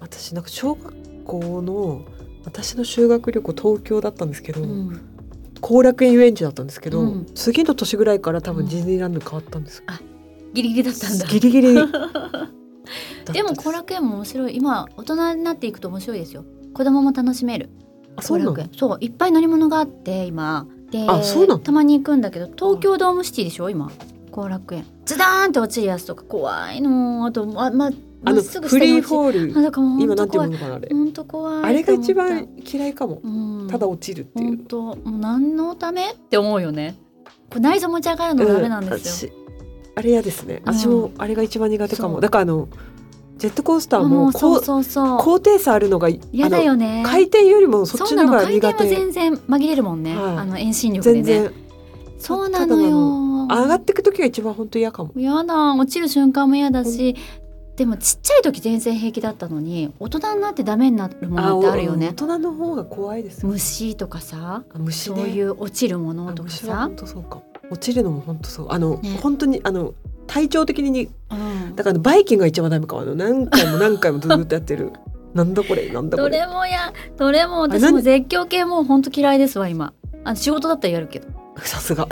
[SPEAKER 3] 私なんか小学校の私の修学旅行東京だったんですけど
[SPEAKER 2] うん、
[SPEAKER 3] 後、楽園遊園地だったんですけど、
[SPEAKER 2] うん
[SPEAKER 3] 次の年ぐらいから多
[SPEAKER 2] う
[SPEAKER 3] 分
[SPEAKER 2] ん
[SPEAKER 3] ディズニーランド変わったんですよ、
[SPEAKER 2] ギリギリだったんだ
[SPEAKER 3] ギリギ リだったす
[SPEAKER 2] でも後楽園も面白い今大人になっていくと面白いですよ子供も楽しめる
[SPEAKER 3] あそ
[SPEAKER 2] 後
[SPEAKER 3] うなの
[SPEAKER 2] 楽園そういっぱい乗り物があって今で
[SPEAKER 3] あそうなの
[SPEAKER 2] たまに行くんだけど東京ドームシティでしょ今後楽園ズダーンって落ちるやつとか怖いのあとまま
[SPEAKER 3] あ
[SPEAKER 2] ま
[SPEAKER 3] の
[SPEAKER 2] っすぐ
[SPEAKER 3] フ
[SPEAKER 2] 下に
[SPEAKER 3] リー
[SPEAKER 2] 落ちるあ
[SPEAKER 3] フォール
[SPEAKER 2] だからもう
[SPEAKER 3] 今
[SPEAKER 2] 本
[SPEAKER 3] な
[SPEAKER 2] 当
[SPEAKER 3] んていう
[SPEAKER 2] 怖い
[SPEAKER 3] のかなあれ
[SPEAKER 2] 本当怖い
[SPEAKER 3] あれが一
[SPEAKER 2] と思っ
[SPEAKER 3] 番嫌いかも
[SPEAKER 2] た、うん、
[SPEAKER 3] ただ落ちるってい
[SPEAKER 2] 本
[SPEAKER 3] う、
[SPEAKER 2] 当もう何のためって思うよねこう内臓持ち上がる
[SPEAKER 3] う
[SPEAKER 2] の
[SPEAKER 3] ん
[SPEAKER 2] ダメなんですよ、
[SPEAKER 3] 私あれ嫌ですね
[SPEAKER 2] うん
[SPEAKER 3] 私もあれが一番苦手かも、
[SPEAKER 2] そう
[SPEAKER 3] だからあのジェットコースター
[SPEAKER 2] も
[SPEAKER 3] も
[SPEAKER 2] うそ
[SPEAKER 3] こ
[SPEAKER 2] うそう
[SPEAKER 3] う
[SPEAKER 2] そう
[SPEAKER 3] 高低差あるのが嫌
[SPEAKER 2] 嫌だよね
[SPEAKER 3] 回転よりもそっ
[SPEAKER 2] そ
[SPEAKER 3] ち
[SPEAKER 2] うな
[SPEAKER 3] の
[SPEAKER 2] の
[SPEAKER 3] 方が
[SPEAKER 2] 回
[SPEAKER 3] 苦
[SPEAKER 2] 転は
[SPEAKER 3] 手
[SPEAKER 2] 全然紛れるもんね、
[SPEAKER 3] はい
[SPEAKER 2] あの遠心力で
[SPEAKER 3] 全
[SPEAKER 2] ね
[SPEAKER 3] 然
[SPEAKER 2] そうなのよ
[SPEAKER 3] 上がってく時が一番本当嫌かも
[SPEAKER 2] やだ落ちる瞬間も嫌だしでもちっちゃい時全然平気だったのに大人になってダメになるものってあるよ
[SPEAKER 3] 大
[SPEAKER 2] ね
[SPEAKER 3] 人の方が怖いですよ
[SPEAKER 2] 虫とかさ
[SPEAKER 3] 虫
[SPEAKER 2] そ
[SPEAKER 3] ね
[SPEAKER 2] ういう落ちるものとか
[SPEAKER 3] 虫は
[SPEAKER 2] さ
[SPEAKER 3] 本、当そうかも落ちるのも本当そうあの、
[SPEAKER 2] ね
[SPEAKER 3] 本当にあの体調的に
[SPEAKER 2] うん
[SPEAKER 3] だからバイキンが一番ダメかもあの何回も何回もずっとやってる なんだこれなんだこ
[SPEAKER 2] ど
[SPEAKER 3] れ
[SPEAKER 2] れもやどれも私
[SPEAKER 3] あ
[SPEAKER 2] も
[SPEAKER 3] 何
[SPEAKER 2] 絶叫系もうほんと嫌いですわ今あの仕事だったらやる けど
[SPEAKER 3] さ すが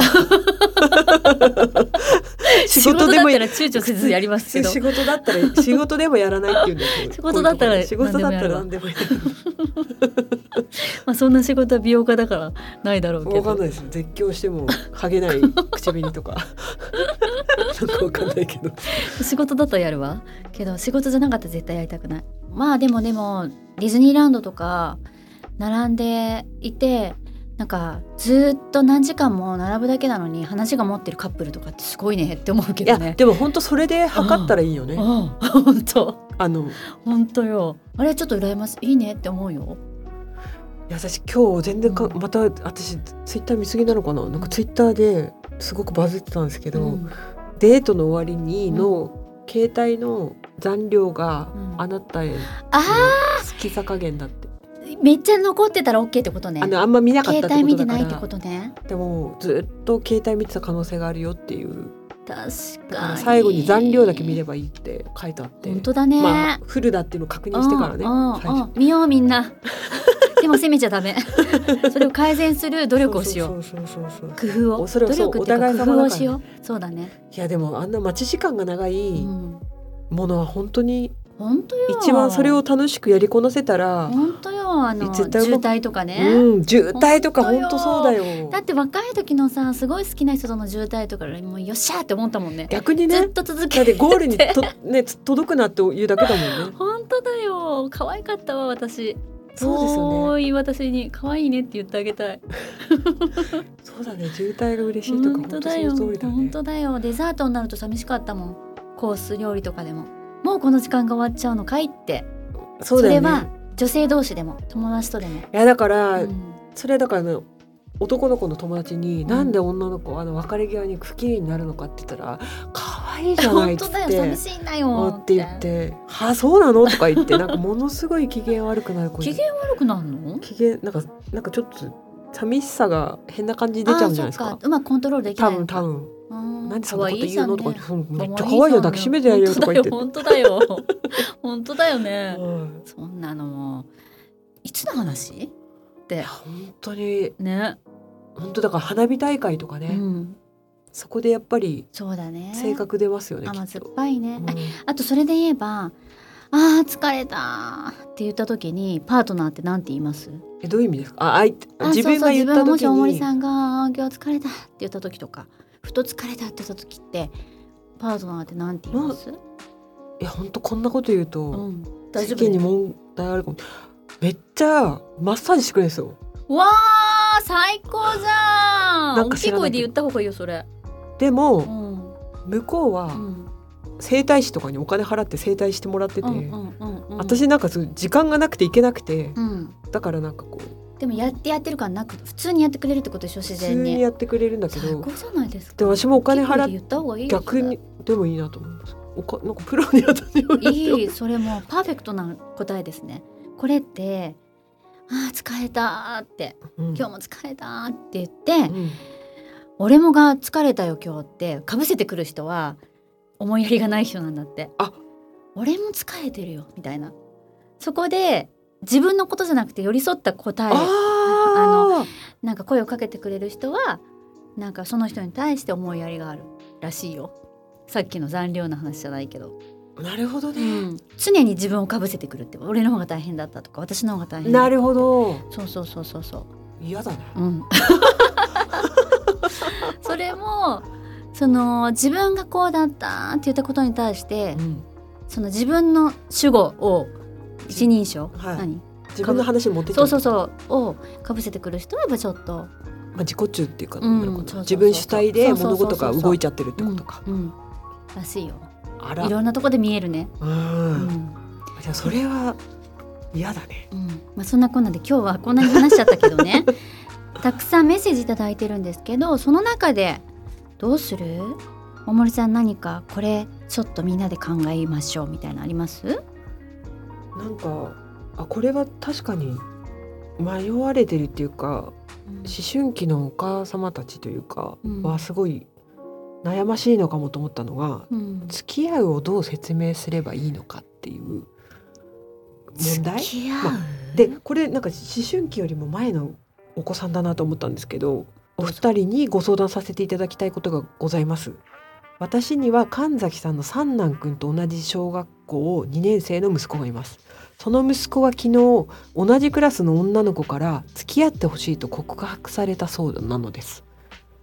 [SPEAKER 2] 仕事だっ
[SPEAKER 3] も
[SPEAKER 2] たら躊躇せずやりますけど
[SPEAKER 3] 仕事だったら仕事でもやらないっていうんだけ ど
[SPEAKER 2] 仕事だったら
[SPEAKER 3] 仕事だったら
[SPEAKER 2] 何
[SPEAKER 3] 何でもや
[SPEAKER 2] まあそんな仕事は美容家だからないだろうけ
[SPEAKER 3] わかんな
[SPEAKER 2] ど
[SPEAKER 3] いですよ絶叫してもハゲない唇と かなんかわかんないけど
[SPEAKER 2] 仕事だったらやるわけど仕事じゃなかったら絶対やりたくないまあでもでもディズニーランドとか並んでいてなんかずーっと何時間も並ぶだけなのに話が持ってるカップルとかってすごいねって思うけ
[SPEAKER 3] い
[SPEAKER 2] ど
[SPEAKER 3] や
[SPEAKER 2] ね。
[SPEAKER 3] でも本当それで測ったらいいよ
[SPEAKER 2] う
[SPEAKER 3] ね
[SPEAKER 2] ん、本当
[SPEAKER 3] あのい
[SPEAKER 2] 本当よあれちょっと羨ましいいいねって思うよ
[SPEAKER 3] や私今日全然か
[SPEAKER 2] うん
[SPEAKER 3] また私ツイッター見過ぎなのかななんかツイッターですごくバズってたんですけど、
[SPEAKER 2] うん
[SPEAKER 3] デートの終わりにの携帯の残量が
[SPEAKER 2] うん
[SPEAKER 3] あなたへの
[SPEAKER 2] ああ
[SPEAKER 3] 好きさ加減だって、
[SPEAKER 2] めっちゃ残ってたら OK ってことね
[SPEAKER 3] あのあんま見なかっ
[SPEAKER 2] 携
[SPEAKER 3] たって
[SPEAKER 2] 帯
[SPEAKER 3] こ
[SPEAKER 2] 見
[SPEAKER 3] と
[SPEAKER 2] て
[SPEAKER 3] だか
[SPEAKER 2] ない
[SPEAKER 3] ら
[SPEAKER 2] ってことね
[SPEAKER 3] でもずっと携帯見てた可能性があるよっていう
[SPEAKER 2] 確
[SPEAKER 3] だか
[SPEAKER 2] からに
[SPEAKER 3] 最後に残量だけ見ればいいって書いてあって
[SPEAKER 2] 本当だね、
[SPEAKER 3] まあ、フルだっていうのを確認してからね、
[SPEAKER 2] うんうん
[SPEAKER 3] 最初
[SPEAKER 2] うん見ようみんなでも責めちゃダ メそれを改善する努力をしよう
[SPEAKER 3] そうそうそうそうそう
[SPEAKER 2] 工夫を
[SPEAKER 3] おそれは
[SPEAKER 2] 努
[SPEAKER 3] そう
[SPEAKER 2] 力っていうか
[SPEAKER 3] お互い
[SPEAKER 2] 工夫
[SPEAKER 3] 様
[SPEAKER 2] を
[SPEAKER 3] だから
[SPEAKER 2] しようそうだね、
[SPEAKER 3] いやでもあんな待ち時間が長
[SPEAKER 2] う
[SPEAKER 3] い
[SPEAKER 2] ん、
[SPEAKER 3] ものは本当に
[SPEAKER 2] 本当よ
[SPEAKER 3] 一番それを楽しくやりこなせたら、
[SPEAKER 2] 本当よあの渋
[SPEAKER 3] 絶対うまく
[SPEAKER 2] 滞とかね、
[SPEAKER 3] うん渋滞とか
[SPEAKER 2] 本当よ
[SPEAKER 3] 本当そうだよ
[SPEAKER 2] だって若い時のさすごい好きな人との渋滞とかもうよっしゃーって思ったもんね
[SPEAKER 3] 逆に
[SPEAKER 2] ず
[SPEAKER 3] ね
[SPEAKER 2] っと続
[SPEAKER 3] だ
[SPEAKER 2] け
[SPEAKER 3] ってゴールにと、ね、つ届くなっていうだけだもんね
[SPEAKER 2] 本当だよ可愛かったわ私
[SPEAKER 3] そうですよね
[SPEAKER 2] 遠い私に可愛いねって言ってあげたい
[SPEAKER 3] そうだね渋滞が嬉しいとか本当その通りだ
[SPEAKER 2] 本
[SPEAKER 3] ね
[SPEAKER 2] 当だよデザートになると寂しかったもんコース料理とかでももうこの時間が終わっちゃうのかいって
[SPEAKER 3] そうだよ
[SPEAKER 2] れは
[SPEAKER 3] ね
[SPEAKER 2] 女性同士でも友達とでも、
[SPEAKER 3] いやだから、
[SPEAKER 2] うん
[SPEAKER 3] それだからね男の子の友達に、
[SPEAKER 2] ん
[SPEAKER 3] なんで女の子あの別れ際に区切りになるのかって言ったら可愛いじゃない
[SPEAKER 2] 本
[SPEAKER 3] っつ
[SPEAKER 2] 当
[SPEAKER 3] っ
[SPEAKER 2] だよ
[SPEAKER 3] て
[SPEAKER 2] 寂。しいんだ
[SPEAKER 3] あ
[SPEAKER 2] よ
[SPEAKER 3] って言って「はあそうなの?」とか言ってなんかものすごい機嫌悪くなる子
[SPEAKER 2] 機
[SPEAKER 3] に
[SPEAKER 2] 嫌悪くなるの
[SPEAKER 3] 機嫌なんかなんかちょっと寂しさが変な感じに出ちゃうんじゃないです
[SPEAKER 2] あーそ
[SPEAKER 3] か
[SPEAKER 2] っうまくコントロールできな
[SPEAKER 3] 多
[SPEAKER 2] い
[SPEAKER 3] 分
[SPEAKER 2] の
[SPEAKER 3] 多
[SPEAKER 2] か
[SPEAKER 3] 分
[SPEAKER 2] 分
[SPEAKER 3] なんでそんなこと言うのとか言ってそうめっちゃ可
[SPEAKER 2] 可
[SPEAKER 3] 愛
[SPEAKER 2] 愛い
[SPEAKER 3] いよ
[SPEAKER 2] よ
[SPEAKER 3] 抱きしめてやるよとか言って
[SPEAKER 2] 本当だよ本当だよ本当だよね
[SPEAKER 3] は
[SPEAKER 2] そんなのもいつの話って
[SPEAKER 3] い本当に
[SPEAKER 2] ね
[SPEAKER 3] 本当だから花火大会とかね、
[SPEAKER 2] うん
[SPEAKER 3] そこでやっぱり
[SPEAKER 2] そうだね
[SPEAKER 3] 性格出ますよね、
[SPEAKER 2] 甘
[SPEAKER 3] きっ
[SPEAKER 2] 酸っ
[SPEAKER 3] と、
[SPEAKER 2] ぱいね、
[SPEAKER 3] うん
[SPEAKER 2] ああとそれで言えばあー疲れたーって言った時にパートナーってなんて言います
[SPEAKER 3] えどういう意味ですかあ相手
[SPEAKER 2] あ
[SPEAKER 3] 自分が言った
[SPEAKER 2] そうそう自分もし大
[SPEAKER 3] 時
[SPEAKER 2] 森
[SPEAKER 3] に
[SPEAKER 2] さんがあー「今日疲れた」って言った時とか「ふと疲れた」って言った時ってパートナーってなんて言います、
[SPEAKER 3] いや本当こんなこと言うと、
[SPEAKER 2] うん、大丈
[SPEAKER 3] 世
[SPEAKER 2] 夫だ
[SPEAKER 3] 間に
[SPEAKER 2] よ
[SPEAKER 3] 問題あるかもめっちゃマッサージしてくれるんですよ
[SPEAKER 2] わー最高じゃん
[SPEAKER 3] なん
[SPEAKER 2] 大
[SPEAKER 3] か
[SPEAKER 2] き
[SPEAKER 3] 知
[SPEAKER 2] い
[SPEAKER 3] らな
[SPEAKER 2] 声
[SPEAKER 3] い
[SPEAKER 2] で
[SPEAKER 3] けど
[SPEAKER 2] 言った方がいいよそれ、
[SPEAKER 3] で
[SPEAKER 2] う
[SPEAKER 3] も、
[SPEAKER 2] ん
[SPEAKER 3] 向こう
[SPEAKER 2] う
[SPEAKER 3] は
[SPEAKER 2] ん
[SPEAKER 3] 整体師とかにお金払って整体してもらってて、
[SPEAKER 2] うんうんうんうん、
[SPEAKER 3] 私なんかそう時間がなくて行けなくて、
[SPEAKER 2] うん、
[SPEAKER 3] だからなんかこう
[SPEAKER 2] でもやってやってる感なく普通にやってくれるってことでしょ自
[SPEAKER 3] 普
[SPEAKER 2] 然
[SPEAKER 3] 通に
[SPEAKER 2] に
[SPEAKER 3] やってくれるんだけ
[SPEAKER 2] 最
[SPEAKER 3] ど
[SPEAKER 2] 高じゃないですか
[SPEAKER 3] で私もお金払
[SPEAKER 2] 大きい声で言った方がいいよ
[SPEAKER 3] 逆にでもいいなと思いますおかなんかプロに当たるよう
[SPEAKER 2] そ
[SPEAKER 3] な
[SPEAKER 2] れ
[SPEAKER 3] 気が
[SPEAKER 2] いいそれもうパーフェクトな答えですねこれってあー疲れたーって
[SPEAKER 3] うん
[SPEAKER 2] 今日も疲れたーって言って、
[SPEAKER 3] うん
[SPEAKER 2] 俺もが疲れたよ今日ってかぶせてくる人は思いやりがない人なんだって
[SPEAKER 3] あ
[SPEAKER 2] 俺も疲れてるよみたいなそこで自分のことじゃなくて寄り添った答え
[SPEAKER 3] あ
[SPEAKER 2] なんか声をかけてくれる人はなんかその人に対して思いやりがあるらしいよさっきの残量の話じゃないけど、
[SPEAKER 3] あなるほど
[SPEAKER 2] う
[SPEAKER 3] ね、
[SPEAKER 2] ん、常に自分をかぶせてくるって俺の方が大変だったとか私の方が大変だ
[SPEAKER 3] なるほど
[SPEAKER 2] そうそうそうそうそう
[SPEAKER 3] 嫌だね
[SPEAKER 2] うん、 それもその自分がこうだったって言ったことに対して、
[SPEAKER 3] うん
[SPEAKER 2] その自分の主語を一人称、
[SPEAKER 3] はい
[SPEAKER 2] 何
[SPEAKER 3] 自分の話に持ってっちゃ
[SPEAKER 2] そううそうそうをかぶせてくる人はやっぱちょっと、
[SPEAKER 3] まあ、自己中っていうか,、
[SPEAKER 2] うん
[SPEAKER 3] なんか
[SPEAKER 2] そうそうそうそう
[SPEAKER 3] 自分主体で物事
[SPEAKER 2] そうそうそ
[SPEAKER 3] が
[SPEAKER 2] うそう
[SPEAKER 3] 動いちゃってるって
[SPEAKER 2] う
[SPEAKER 3] こ
[SPEAKER 2] ん
[SPEAKER 3] とか、
[SPEAKER 2] うんらしいよ
[SPEAKER 3] あら
[SPEAKER 2] いろんなとこで見えるね、
[SPEAKER 3] う
[SPEAKER 2] うん
[SPEAKER 3] ん
[SPEAKER 2] うん
[SPEAKER 3] じゃあそれは嫌だね
[SPEAKER 2] まあ、そんなこんなで今日はこんなに話しちゃったけど ねたくさんメッセージ頂いただいてるんですけどその中でどうするおもりさん何かこれちょっとみんなで考えましょうみたいなのあります
[SPEAKER 3] なんかあこれは確かに迷われてるっていうか思春期のお母様たちというか
[SPEAKER 2] うん
[SPEAKER 3] はすごい悩ましいのかもと思ったのが
[SPEAKER 2] うん
[SPEAKER 3] 付き合うをどう説明すればいいのかっていう問題
[SPEAKER 2] 付き合う、
[SPEAKER 3] までこれなんか思春期よりも前のお子さんだなと思ったんですけどお二人にご相談させていただきたいことがございます私には神崎さんの三男くんと同じ小学校2年生の息子がいますその息子は昨日同じクラスの女の子から付き合ってほしいと告白されたそうなのです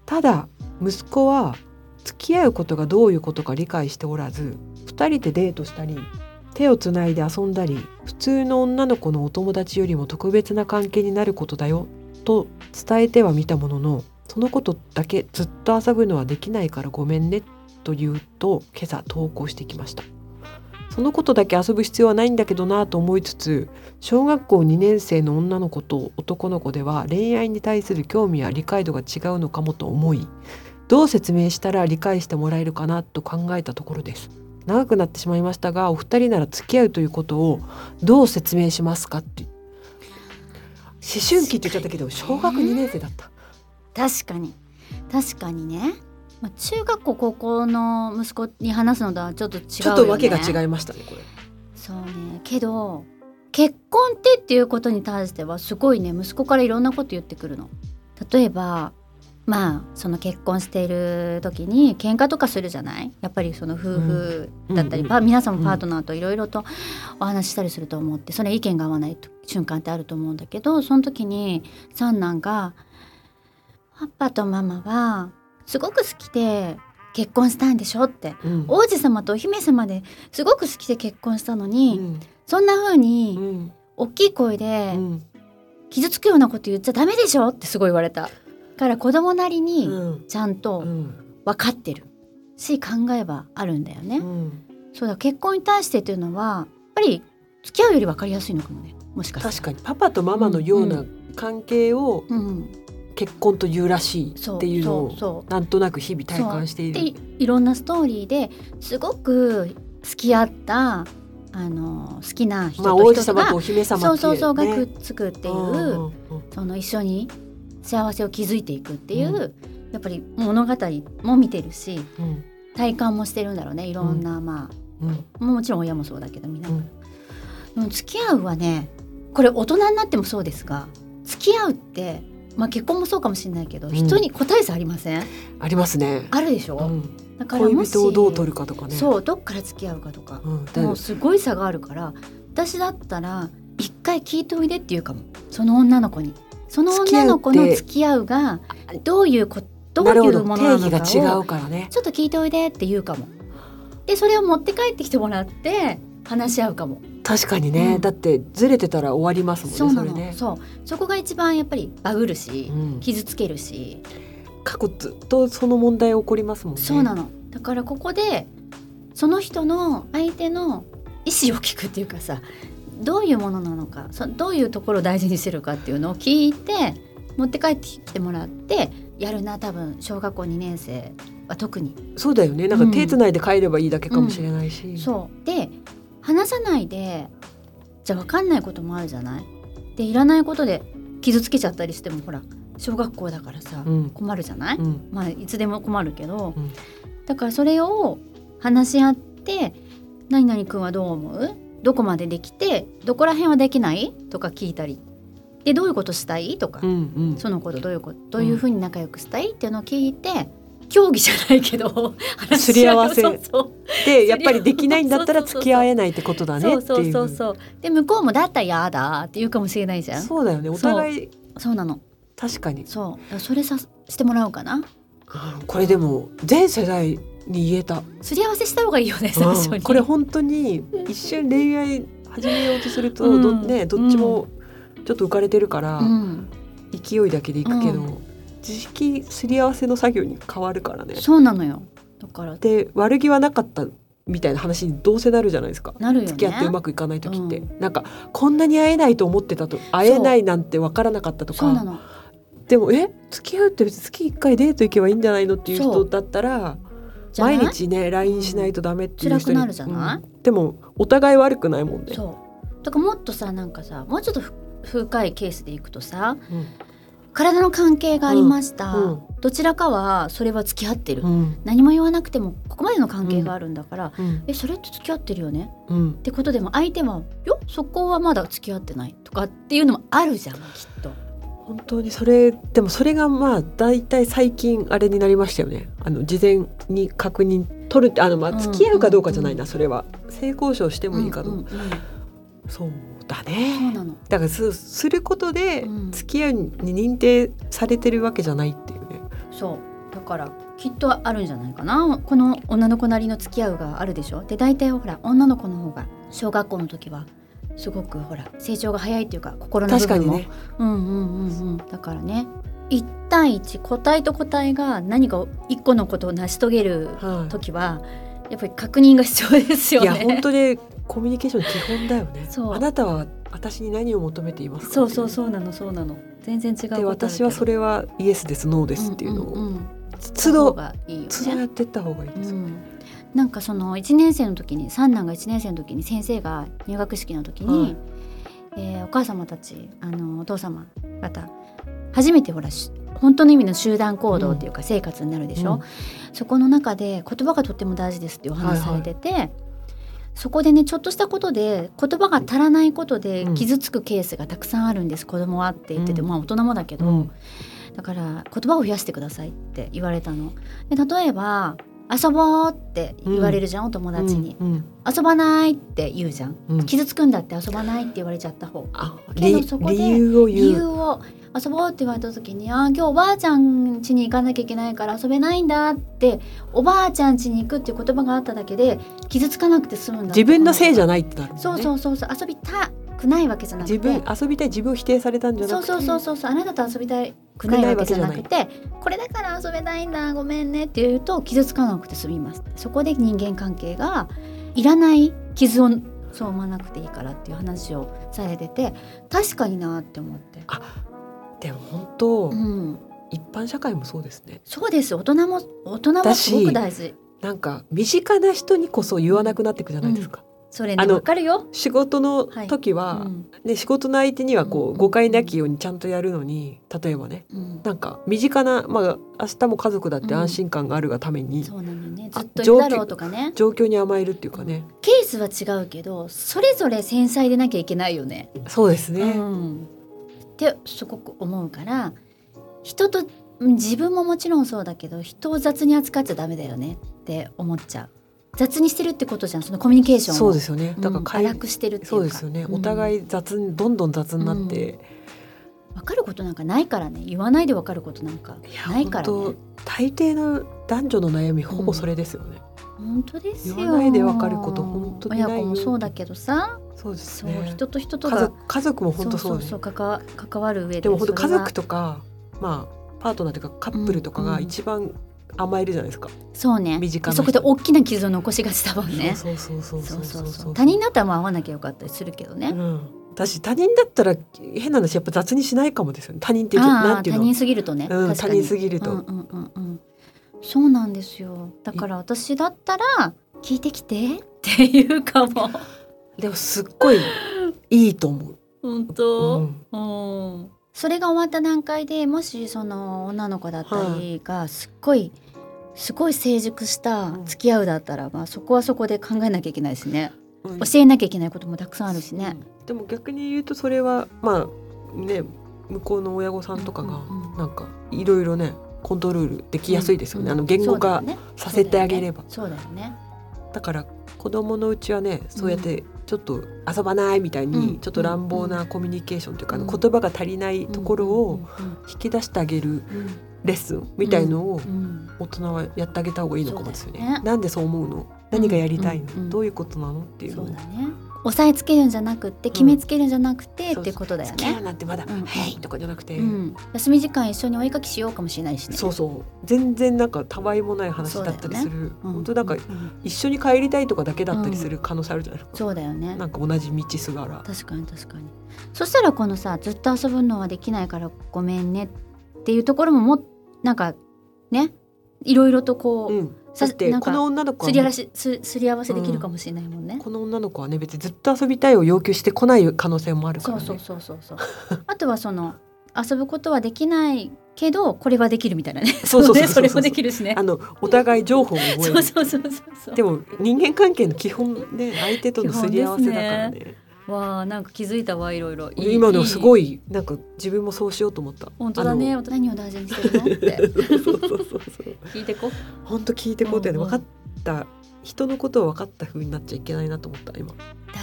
[SPEAKER 3] ただ息子は付き合うことがどういうことか理解しておらず2人でデートしたり手をつないで遊んだり普通の女の子のお友達よりも特別な関係になることだよと伝えてはみたもののそのことだけずっと遊ぶのはできないからごめんねと言うと今朝投稿してきましたそのことだけ遊ぶ必要はないんだけどなぁと思いつつ小学校2年生の女の子と男の子では恋愛に対する興味や理解度が違うのかもと思いどう説明したら理解してもらえるかなと考えたところです長くなってしまいましたがお二人なら付き合うということをどう説明しますかって思春期って言っちゃったけど小学2年生だった
[SPEAKER 2] 確かに確かにね、まあ、中学校高校の息子に話すのとはちょっと違うよ、ね、
[SPEAKER 3] ちょっとわけが違いましたねこれ
[SPEAKER 2] そうねけど結婚ってっていうことに対してはすごいね息子からいろんなこと言ってくるの。例えばまあその結婚している時に喧嘩とかするじゃないやっぱりその夫婦だったり、
[SPEAKER 3] うん
[SPEAKER 2] パ皆さんもパートナーといろいろとお話ししたりすると思ってそれ意見が合わない瞬間ってあると思うんだけどその時に三男が「パパとママはすごく好きで結婚したんでしょ?」って
[SPEAKER 3] うん
[SPEAKER 2] 王子様とお姫様ですごく好きで結婚したのに、
[SPEAKER 3] うん
[SPEAKER 2] そんな風
[SPEAKER 3] う
[SPEAKER 2] に
[SPEAKER 3] ん
[SPEAKER 2] 大きい声で
[SPEAKER 3] うん
[SPEAKER 2] 傷つくようなこと言っちゃダメでしょってすごい言われたから子供なり
[SPEAKER 3] う
[SPEAKER 2] に
[SPEAKER 3] ん
[SPEAKER 2] ちゃん
[SPEAKER 3] う
[SPEAKER 2] と
[SPEAKER 3] ん
[SPEAKER 2] 分かってるし考えはあるんだよね、
[SPEAKER 3] うん
[SPEAKER 2] そうだ結婚に対してというのはやっぱり付き合うより分かりやすいのかもねもしかしたら
[SPEAKER 3] 確かにパパとママのような関係を
[SPEAKER 2] うん、
[SPEAKER 3] 結婚というらしい
[SPEAKER 2] そう
[SPEAKER 3] っていうのを
[SPEAKER 2] そう
[SPEAKER 3] なんとなく日々体感してい
[SPEAKER 2] で
[SPEAKER 3] る。
[SPEAKER 2] いろんなストーリーですごく好き合ったあの好きな人
[SPEAKER 3] まあ
[SPEAKER 2] と
[SPEAKER 3] 王子
[SPEAKER 2] 人と
[SPEAKER 3] 様
[SPEAKER 2] が、
[SPEAKER 3] とお姫様ってい
[SPEAKER 2] そううそうそうがくっ
[SPEAKER 3] っ
[SPEAKER 2] つくって
[SPEAKER 3] て
[SPEAKER 2] いう、その一緒に幸せを築いていくっていう、
[SPEAKER 3] う
[SPEAKER 2] やっぱり物語も見てるし体感もしてるんだろうねいろんな、まあもちろん親もそうだけどみんな、
[SPEAKER 3] うん
[SPEAKER 2] でも付き合うはねこれ大人になってもそうですが付き合うって、まあ、結婚もそうかもしれないけど、
[SPEAKER 3] うん
[SPEAKER 2] 人に個体差ありません
[SPEAKER 3] ありますね。
[SPEAKER 2] あるでしょ、
[SPEAKER 3] うん
[SPEAKER 2] だからも
[SPEAKER 3] 恋
[SPEAKER 2] し
[SPEAKER 3] 人をどう取るかとかね。
[SPEAKER 2] そうどっから付き合うかとか、
[SPEAKER 3] うんだ
[SPEAKER 2] もうすごい差があるから私だったら一回聞いておいでっていうかもその女の子にその女の子の付き合うがどういうこどう
[SPEAKER 3] なる
[SPEAKER 2] い
[SPEAKER 3] ほ
[SPEAKER 2] う
[SPEAKER 3] ど
[SPEAKER 2] ものなの
[SPEAKER 3] 定義
[SPEAKER 2] か
[SPEAKER 3] が
[SPEAKER 2] をち
[SPEAKER 3] 違
[SPEAKER 2] ょっ
[SPEAKER 3] うからね。
[SPEAKER 2] と聞いておいでって言うかもでそれを持って帰ってきてもらって話し合うかも
[SPEAKER 3] 確かにね、
[SPEAKER 2] うん
[SPEAKER 3] だってずれてたら終わります
[SPEAKER 2] そ
[SPEAKER 3] も
[SPEAKER 2] うん
[SPEAKER 3] ね。そ
[SPEAKER 2] な
[SPEAKER 3] れ
[SPEAKER 2] の
[SPEAKER 3] ね。
[SPEAKER 2] そうそこが一番やっぱりバグるし、
[SPEAKER 3] うん
[SPEAKER 2] 傷つけるし、
[SPEAKER 3] 過去ずっとその問題起こりますもんね。
[SPEAKER 2] そうなのだからここでその人の相手の意思を聞くっていうかさどういうものなのかそどういうところを大事にしてるかっていうのを聞いて持って帰ってきてもらってやるな多分小学校2年生は特に。
[SPEAKER 3] そうだよね。なんか手つないで帰ればいいだけかもしれないし。
[SPEAKER 2] そうで話さないでじゃあ分かんないこともあるじゃないでいらないことで傷つけちゃったりしてもほら小学校だからさ、
[SPEAKER 3] うん
[SPEAKER 2] 困るじゃない、
[SPEAKER 3] うん
[SPEAKER 2] まあ、いつでも困るけど、
[SPEAKER 3] うん
[SPEAKER 2] だからそれを話し合って「何々くんはどう思うどこまでできてどこら辺はできない?」とか聞いたり「でどういうことしたい?」とか、
[SPEAKER 3] うんうん。
[SPEAKER 2] そのことどういうことどういうふうに仲良くしたいっていうのを聞いて協議じゃないけど
[SPEAKER 3] すり合わせ
[SPEAKER 2] 話し合うそうそう
[SPEAKER 3] でやっぱりできないんだったら付き合えないってことだね
[SPEAKER 2] そ
[SPEAKER 3] っ
[SPEAKER 2] う
[SPEAKER 3] ていう。
[SPEAKER 2] そうそうそうで向こうも「だったらやだ」って言うかもしれないじゃんそう
[SPEAKER 3] そうだよね。お互い
[SPEAKER 2] なの
[SPEAKER 3] 確かに。
[SPEAKER 2] そうそれさしてもらおうかな
[SPEAKER 3] うんこれでも全世代に言え た。
[SPEAKER 2] すり合わせした方がいいよね最初に、
[SPEAKER 3] うんこれ本当に一瞬恋愛始めようとすると、
[SPEAKER 2] うん
[SPEAKER 3] どねどっちもちょっと浮かれてるから、
[SPEAKER 2] うん
[SPEAKER 3] 勢いだけでいくけど、
[SPEAKER 2] う
[SPEAKER 3] 知識すり合わせの作業に変わるからね。
[SPEAKER 2] そうなのよだから
[SPEAKER 3] で悪気はなかったみたいな話にどうせなるじゃないですか。
[SPEAKER 2] なるよね
[SPEAKER 3] 付き合ってうまくいかない時って、
[SPEAKER 2] う
[SPEAKER 3] なんかこんなに会えないと思ってたと会えないなんて分からなかったと
[SPEAKER 2] そうな
[SPEAKER 3] か
[SPEAKER 2] の
[SPEAKER 3] でもえ付き合うって別に月1回デート行けばいいんじゃないのっていう
[SPEAKER 2] そ
[SPEAKER 3] 人
[SPEAKER 2] う
[SPEAKER 3] だったら
[SPEAKER 2] じゃない
[SPEAKER 3] 毎日ね LINE しないとダメっていう人
[SPEAKER 2] 辛
[SPEAKER 3] に
[SPEAKER 2] くなるじゃない
[SPEAKER 3] うんでもお互い悪くないもんね。
[SPEAKER 2] そうだからもっとさなんかさもうちょっとふ深いケースでいくとさ
[SPEAKER 3] うん
[SPEAKER 2] 体の関係がありました、
[SPEAKER 3] うんうん
[SPEAKER 2] どちらかはそれは付き合ってる、
[SPEAKER 3] うん
[SPEAKER 2] 何も言わなくてもここまでの関係があるんだから、
[SPEAKER 3] うん
[SPEAKER 2] えそれって付き合ってるよね
[SPEAKER 3] うん
[SPEAKER 2] ってことでも相手は「よそこはまだ付き合ってない」とかっていうのもあるじゃんきっと。
[SPEAKER 3] 本当にそれでもそれがまあ大体最近あれになりましたよねあの事前に確認取るってあのま
[SPEAKER 2] うん
[SPEAKER 3] あ付き合うかどうかじゃないな、
[SPEAKER 2] うん
[SPEAKER 3] それは性交渉してもいいかどうか、
[SPEAKER 2] うんうんうん
[SPEAKER 3] そうだ
[SPEAKER 2] そう
[SPEAKER 3] ね
[SPEAKER 2] なの
[SPEAKER 3] だからすすることで
[SPEAKER 2] うん
[SPEAKER 3] 付き合うに認定されてるわけじゃないっていうね、
[SPEAKER 2] そうだからきっとあるんじゃないかなこの女の子なりの付き合うがあるでしょで大体ほら女の子の方が小学校の時はすごくほら成長が早いっていうか心の部
[SPEAKER 3] 確か
[SPEAKER 2] 分
[SPEAKER 3] に
[SPEAKER 2] も
[SPEAKER 3] ね
[SPEAKER 2] うんうんうんうんだからね一対一個体と個体が何か一個のことを成し遂げる
[SPEAKER 3] はい、
[SPEAKER 2] 時はやっぱり確認が必要ですよ
[SPEAKER 3] い
[SPEAKER 2] ね
[SPEAKER 3] や本当にコミュニケーション基本だよね
[SPEAKER 2] そう
[SPEAKER 3] あなたは私に何を求めていますか
[SPEAKER 2] そうそう
[SPEAKER 3] う
[SPEAKER 2] そうなのそうなの全然違うことあるけ
[SPEAKER 3] で
[SPEAKER 2] ど
[SPEAKER 3] 私はそれはイエスですノーですっていうのを、
[SPEAKER 2] んんん
[SPEAKER 3] 都
[SPEAKER 2] そう
[SPEAKER 3] 度
[SPEAKER 2] がいいよね
[SPEAKER 3] 都度やってった方がいいです、
[SPEAKER 2] うんなんかその1年生の時に三男が1年生の時に先生が入学式の時に、えーお母様たちあのお父様方初めてほらし本当の意味の集団行動っていうか生活になるでしょ、
[SPEAKER 3] うん
[SPEAKER 2] そこの中で言葉がとっても大事ですっていうお話されてて、そこでねちょっとしたことで言葉が足らないことで
[SPEAKER 3] うん
[SPEAKER 2] 傷つくケースがたくさんあるんです、子供はって言ってて、
[SPEAKER 3] うん
[SPEAKER 2] まあ大人もだけど、
[SPEAKER 3] うん
[SPEAKER 2] だから言葉を増やしてくださいって言われたの。で例えば遊ぼうって言われるじゃん、お友達に、
[SPEAKER 3] うんうん
[SPEAKER 2] 遊ばないって言うじゃん。
[SPEAKER 3] うん
[SPEAKER 2] 傷つくんだって遊ばないって言われちゃった方。
[SPEAKER 3] あ
[SPEAKER 2] けど
[SPEAKER 3] り
[SPEAKER 2] そこで
[SPEAKER 3] 理由を
[SPEAKER 2] 理
[SPEAKER 3] 言
[SPEAKER 2] 由
[SPEAKER 3] う
[SPEAKER 2] を遊ぼうって言われた時に「あー今日おばあちゃん家に行かなきゃいけないから遊べないんだ」っておばあちゃん家に行くっていう言葉があっただけで傷つかなくて済むんだ
[SPEAKER 3] 自分のせいじ
[SPEAKER 2] な
[SPEAKER 3] ゃないってなるもんね
[SPEAKER 2] そうそうそうそう遊びたくないわけじゃなくて
[SPEAKER 3] 自分遊びたい自分を否定されたんじゃな
[SPEAKER 2] そ
[SPEAKER 3] く
[SPEAKER 2] う
[SPEAKER 3] て
[SPEAKER 2] そうそうそうそうあなたと遊びたくないわけじゃなくてこれだから遊べないんだごめんねって言うと傷つかなくて済みますそこで人間関係がいらない傷をそう生まなくていいからっていう話をされてて確かになって思って、
[SPEAKER 3] でも本当、
[SPEAKER 2] うん、
[SPEAKER 3] 一般社会もそうですね
[SPEAKER 2] そうです大人も大人もすごく大事
[SPEAKER 3] なんか身近な人にこそ言わなくなっていくじゃないですか、
[SPEAKER 2] それね
[SPEAKER 3] あの
[SPEAKER 2] わかるよ、
[SPEAKER 3] 仕事の時は、
[SPEAKER 2] うん
[SPEAKER 3] ね、仕事の相手にはこ
[SPEAKER 2] うん
[SPEAKER 3] う誤解なきようにちゃんとやるのに例えばね
[SPEAKER 2] うん
[SPEAKER 3] なんか身近な、まあ、明日も家族だって安心感があるがために、
[SPEAKER 2] そうなのよねず
[SPEAKER 3] あ
[SPEAKER 2] っといるだろうとかね
[SPEAKER 3] 状況に甘えるっていうかね
[SPEAKER 2] ケースは違うけどそれぞれ繊細でなきゃいけないよね。
[SPEAKER 3] そうです
[SPEAKER 2] う
[SPEAKER 3] ね、
[SPEAKER 2] ん、ってすごく思うから人とうん自分ももちろんそうだけど人を雑に扱っちゃダメだよねって思っちゃう雑にしてるってことじゃんそのコミュニケーションを
[SPEAKER 3] そうですよね
[SPEAKER 2] うん
[SPEAKER 3] だから会
[SPEAKER 2] 荒くしてるっていうか
[SPEAKER 3] そうですよね、お
[SPEAKER 2] い
[SPEAKER 3] 互い雑にどんどん雑になって、
[SPEAKER 2] 分かることなんかないからね言わないで分かることなんか
[SPEAKER 3] いや
[SPEAKER 2] ないからね
[SPEAKER 3] 本
[SPEAKER 2] 本
[SPEAKER 3] 当大抵の男女の悩みほぼそれですよね、
[SPEAKER 2] 当ですよ
[SPEAKER 3] 言わないで分かること本当にないよ
[SPEAKER 2] 親子もそうだけどさ
[SPEAKER 3] そうです
[SPEAKER 2] そう、
[SPEAKER 3] ね
[SPEAKER 2] 人と人と
[SPEAKER 3] 家
[SPEAKER 2] が
[SPEAKER 3] 族家族も本当そう
[SPEAKER 2] そう
[SPEAKER 3] ね
[SPEAKER 2] そう関わ関わる上で
[SPEAKER 3] でも本当家
[SPEAKER 2] それは
[SPEAKER 3] 族とかまあパートナーというかカップルとか
[SPEAKER 2] うんう
[SPEAKER 3] が
[SPEAKER 2] ん
[SPEAKER 3] 一番甘えるじゃないですか、
[SPEAKER 2] そうね
[SPEAKER 3] 身近な
[SPEAKER 2] そ
[SPEAKER 3] 人
[SPEAKER 2] こで大きな傷を残しがちだもんね
[SPEAKER 3] そうそうそうそうそうそうそう
[SPEAKER 2] 他人だったらまあ会わなきゃよかったりするけど
[SPEAKER 3] う
[SPEAKER 2] ね、
[SPEAKER 3] ん私他人だったら変な話やっぱ雑にしないかもですよね他人っていう
[SPEAKER 2] ああ
[SPEAKER 3] なんていう
[SPEAKER 2] 他
[SPEAKER 3] の
[SPEAKER 2] 人すぎるとね、
[SPEAKER 3] うん、
[SPEAKER 2] 確
[SPEAKER 3] 他
[SPEAKER 2] かに
[SPEAKER 3] 人すぎると、
[SPEAKER 2] うんうんうんうんそうなんですよだから私だったら聞いてきてっていうかも
[SPEAKER 3] でもすっごいいいと思
[SPEAKER 2] 本
[SPEAKER 3] う、
[SPEAKER 2] 当、
[SPEAKER 3] うん
[SPEAKER 2] うんそれが終わった段階でもしその女の子だった
[SPEAKER 3] は
[SPEAKER 2] りがすっごいすごい成熟した
[SPEAKER 3] うん
[SPEAKER 2] 付き合うだったら、まあ、そこはそこで考えなきゃいけないしね
[SPEAKER 3] うん
[SPEAKER 2] 教えなきゃいけないこともたくさんあるしね。
[SPEAKER 3] うんでも逆に言うとそれはまあね向こうの親御さんとかが
[SPEAKER 2] うんうんうん
[SPEAKER 3] なんかいろいろねコントロールできやすいですよね、
[SPEAKER 2] うん
[SPEAKER 3] あの言語化させてあげればだ,、
[SPEAKER 2] そうだよね。
[SPEAKER 3] から子供のうちはねそうやってちょっと遊ばないみたいに、
[SPEAKER 2] うん
[SPEAKER 3] ちょっと乱暴なコミュニケーションというか、あの
[SPEAKER 2] うん
[SPEAKER 3] 言葉が足りないところを
[SPEAKER 2] うん
[SPEAKER 3] 引き出してあげる
[SPEAKER 2] うんうん
[SPEAKER 3] レッスンみたいのを
[SPEAKER 2] うんうん
[SPEAKER 3] 大人はやってあげた方がいいのかもですよね。
[SPEAKER 2] そうだよね
[SPEAKER 3] なんでそう思うの何がやりたいの、
[SPEAKER 2] うんうん
[SPEAKER 3] どういうことなのっていう
[SPEAKER 2] そ
[SPEAKER 3] のを
[SPEAKER 2] うだね。押さえつけるんじゃなくって決めつけるんじゃなくて、
[SPEAKER 3] そう
[SPEAKER 2] ってことだよ
[SPEAKER 3] 付き合う
[SPEAKER 2] ね。
[SPEAKER 3] なんてまだ「
[SPEAKER 2] うん
[SPEAKER 3] はい」とかじゃなくて、
[SPEAKER 2] うん、休み時間一緒にお絵かきしようかもしれないしね。
[SPEAKER 3] そうそう全然なんかたわいもない話だったりする、
[SPEAKER 2] うん
[SPEAKER 3] 本当なんか
[SPEAKER 2] うん
[SPEAKER 3] 一緒に帰りたいとかだけだったりする可能性あるじゃないですか、
[SPEAKER 2] そうだよね。
[SPEAKER 3] なんか同じ道すがら
[SPEAKER 2] 確かに確かに。そしたらこのさずっと遊ぶのはできないからごめんねっていうところももっなんかねいろいろとこう、
[SPEAKER 3] うん、
[SPEAKER 2] さ
[SPEAKER 3] だって
[SPEAKER 2] なん
[SPEAKER 3] こ
[SPEAKER 2] か
[SPEAKER 3] の女の子
[SPEAKER 2] すり合わ
[SPEAKER 3] は
[SPEAKER 2] せすすり合わせできるかもしれないもんね。
[SPEAKER 3] この女の子はね別にずっと遊びたいを要求してこない可能性もあるか
[SPEAKER 2] そ
[SPEAKER 3] ら、
[SPEAKER 2] う
[SPEAKER 3] ね、
[SPEAKER 2] そうそうそうそう。あとはその遊ぶことはできないけどこれはできるみたいなね。
[SPEAKER 3] そ うそうそうそう
[SPEAKER 2] ねれもできるしね
[SPEAKER 3] あ。のお互い情報を覚え
[SPEAKER 2] そ
[SPEAKER 3] る
[SPEAKER 2] うそうそうそうそう。
[SPEAKER 3] でも人間関係の基本ね相手とのすり合わせだからね
[SPEAKER 2] わあなんか気づいたわいろいろ。いい
[SPEAKER 3] 今のすご
[SPEAKER 2] いい。
[SPEAKER 3] いなんか自分もそうしようと思った
[SPEAKER 2] 本当だね。
[SPEAKER 3] あ
[SPEAKER 2] 大人何を大事にしてるのっ
[SPEAKER 3] の
[SPEAKER 2] て
[SPEAKER 3] そうそうそうそう
[SPEAKER 2] 聞いてこ。
[SPEAKER 3] 本当聞いてこうってね
[SPEAKER 2] うんうん
[SPEAKER 3] 分かった人のことを分かった風になっちゃいけないなと思った今。
[SPEAKER 2] だ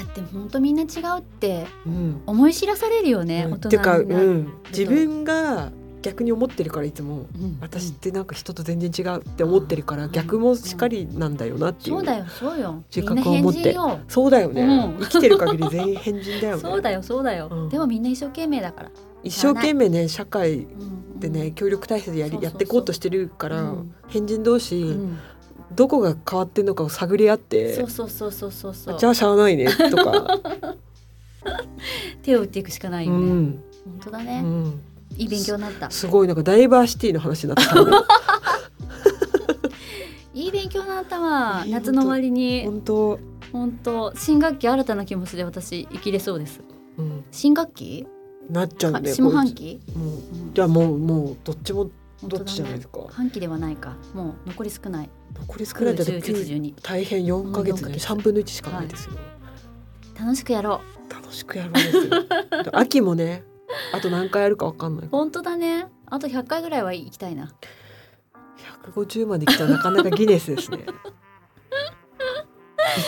[SPEAKER 2] って本当みんな違うって
[SPEAKER 3] うん
[SPEAKER 2] 思い知らされるよね。
[SPEAKER 3] うん
[SPEAKER 2] 大人
[SPEAKER 3] てか、う
[SPEAKER 2] になる
[SPEAKER 3] ん、自分が逆に思ってるからいつも
[SPEAKER 2] うん
[SPEAKER 3] 私ってなんか人と全然違うって思ってるから逆もしっかりなんだよなっていう。
[SPEAKER 2] そうだよそうよ。み
[SPEAKER 3] 自
[SPEAKER 2] んな
[SPEAKER 3] 覚を持
[SPEAKER 2] 変
[SPEAKER 3] って
[SPEAKER 2] 人よ。
[SPEAKER 3] そうだよね、
[SPEAKER 2] うん
[SPEAKER 3] 生きてる限り全員変人だよ ね
[SPEAKER 2] そうだよそうだ
[SPEAKER 3] う
[SPEAKER 2] よ。
[SPEAKER 3] ん
[SPEAKER 2] でもみんな一生懸命だから。
[SPEAKER 3] 一生懸命ね社会
[SPEAKER 2] うん
[SPEAKER 3] でね協力体制でやり
[SPEAKER 2] そうそうそう
[SPEAKER 3] やっていこうとしてるから、
[SPEAKER 2] うん
[SPEAKER 3] 変人同士、
[SPEAKER 2] うん
[SPEAKER 3] どこが変わってんのかを探り合って
[SPEAKER 2] そうそうそうそうそうそう。
[SPEAKER 3] じゃあしゃあないねと か、
[SPEAKER 2] 手を打っていくしかないうよね。
[SPEAKER 3] ん
[SPEAKER 2] 本当だ
[SPEAKER 3] う
[SPEAKER 2] ね、
[SPEAKER 3] ん、
[SPEAKER 2] いい勉強になった。
[SPEAKER 3] すごいなんかダイバーシティの話になったね
[SPEAKER 2] いい勉強になったわ。
[SPEAKER 3] いい
[SPEAKER 2] 夏の終わりに
[SPEAKER 3] 本当、
[SPEAKER 2] 本当新学期新たな気持ちで私生きれそうです。
[SPEAKER 3] うん、
[SPEAKER 2] 新学期？
[SPEAKER 3] なっちゃう
[SPEAKER 2] か
[SPEAKER 3] ね
[SPEAKER 2] 下半期？
[SPEAKER 3] こいつもう
[SPEAKER 2] うん
[SPEAKER 3] じゃあもうもうどっちも
[SPEAKER 2] 本当
[SPEAKER 3] どっ
[SPEAKER 2] だ
[SPEAKER 3] ちじゃないですか、
[SPEAKER 2] ね、半期ではないか。もう残り少ない。
[SPEAKER 3] 残り少な
[SPEAKER 2] 9、
[SPEAKER 3] いだと
[SPEAKER 2] 10、11、12。
[SPEAKER 3] 大変4ヶ月
[SPEAKER 2] うん
[SPEAKER 3] で、
[SPEAKER 2] 四ヶ月
[SPEAKER 3] ね、3分の1しかないですよ、
[SPEAKER 2] 楽しくやろ。
[SPEAKER 3] 楽しくやるんですよ 秋もねあと何回やるかわかんないう
[SPEAKER 2] 本当だね。あと100回ぐらいは行きたいな。
[SPEAKER 3] 150まで来たらなかなかギネ スですねい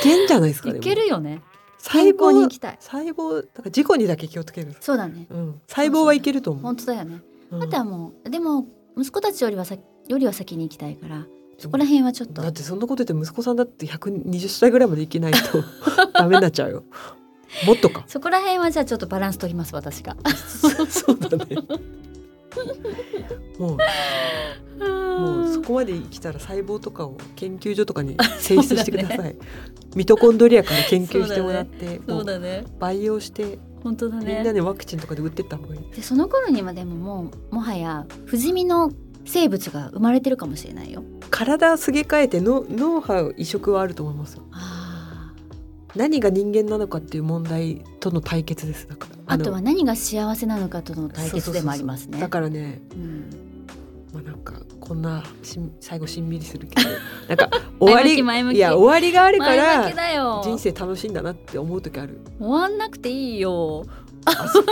[SPEAKER 3] けんじゃないですか
[SPEAKER 2] い
[SPEAKER 3] ね
[SPEAKER 2] けるよね。
[SPEAKER 3] 細
[SPEAKER 2] 健康に行
[SPEAKER 3] 胞
[SPEAKER 2] きたい。
[SPEAKER 3] 細胞だから事故にだけ気をつけるんです
[SPEAKER 2] そうだね。
[SPEAKER 3] うん、細胞はいけると思う。
[SPEAKER 2] 本当だよね。
[SPEAKER 3] うん
[SPEAKER 2] あとはもうでも息子たちよりはさよりは先に行きたいから、そこら辺はちょっと
[SPEAKER 3] だってそんなこと言って息子さんだって120歳ぐらいまでいけないと ダメになっちゃうよ。もっと か。
[SPEAKER 2] そこら辺はじゃあちょっとバランス取ります私が。
[SPEAKER 3] そうだね。もうも
[SPEAKER 2] も
[SPEAKER 3] うそこまで来たら細胞とかを研究所とかに提出してください。 ミトコンドリアから研究してもらって、
[SPEAKER 2] そ
[SPEAKER 3] も
[SPEAKER 2] う
[SPEAKER 3] う
[SPEAKER 2] だね
[SPEAKER 3] 培養して、
[SPEAKER 2] 本当だね
[SPEAKER 3] みんなでワクチンとかで打ってった方がいい。
[SPEAKER 2] でその頃にはでももうもはや不死身の生物が生まれてるかもしれないよ
[SPEAKER 3] 体すげ替えての脳波移植はあると思いますよ。
[SPEAKER 2] あー
[SPEAKER 3] 何が人間なのかっていう問題との対決です。だから
[SPEAKER 2] あとは
[SPEAKER 3] の
[SPEAKER 2] 何が幸せなのかとの対決でもあります
[SPEAKER 3] そうそうそうそう
[SPEAKER 2] ね
[SPEAKER 3] だからね、
[SPEAKER 2] うん
[SPEAKER 3] まあなんかこんなしん最後しんみりする けど、なんか終わり
[SPEAKER 2] 前向き前向き
[SPEAKER 3] いや終わりがあるか
[SPEAKER 2] 前向き
[SPEAKER 3] ら
[SPEAKER 2] だよ
[SPEAKER 3] 人生楽しいんだなって思う時ある。
[SPEAKER 2] 終わんなくていいよ
[SPEAKER 3] あそう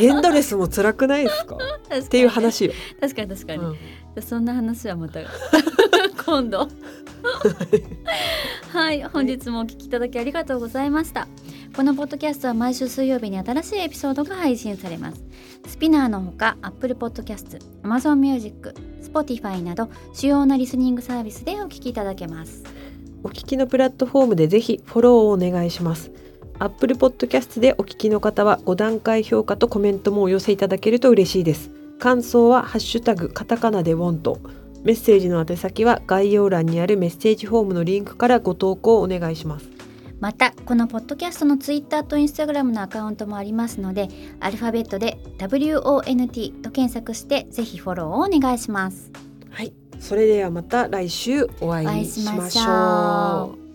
[SPEAKER 3] エンドレスも辛くないですか？っ
[SPEAKER 2] って
[SPEAKER 3] いう話よ。
[SPEAKER 2] 確かに確かに、
[SPEAKER 3] うん
[SPEAKER 2] そんな話はまた今度はい本日もお聞きいただきありがとうございましたこのポッドキャストは毎週水曜日に新しいエピソードが配信されますスピナーのほか Apple Podcast、Amazon Music、Spotify など主要なリスニングサービスでお聞きいただけます
[SPEAKER 3] お聞きのプラットフォームでぜひフォローをお願いします。Apple Podcast でお聞きの方は5段階評価とコメントもお寄せいただけると嬉しいです。感想はハッシュタグカタカナでウォント。メッセージの宛先は概要欄にあるメッセージフォームのリンクからご投稿をお願いします。
[SPEAKER 2] またこのポッドキャストのツイッターとインスタグラムのアカウントもありますのでアルファベットで WONT と検索してぜひフォローをお願いします
[SPEAKER 3] はい、それではまた来週お
[SPEAKER 2] お会
[SPEAKER 3] 会
[SPEAKER 2] い
[SPEAKER 3] い
[SPEAKER 2] し
[SPEAKER 3] し
[SPEAKER 2] ましょう
[SPEAKER 3] ましょう。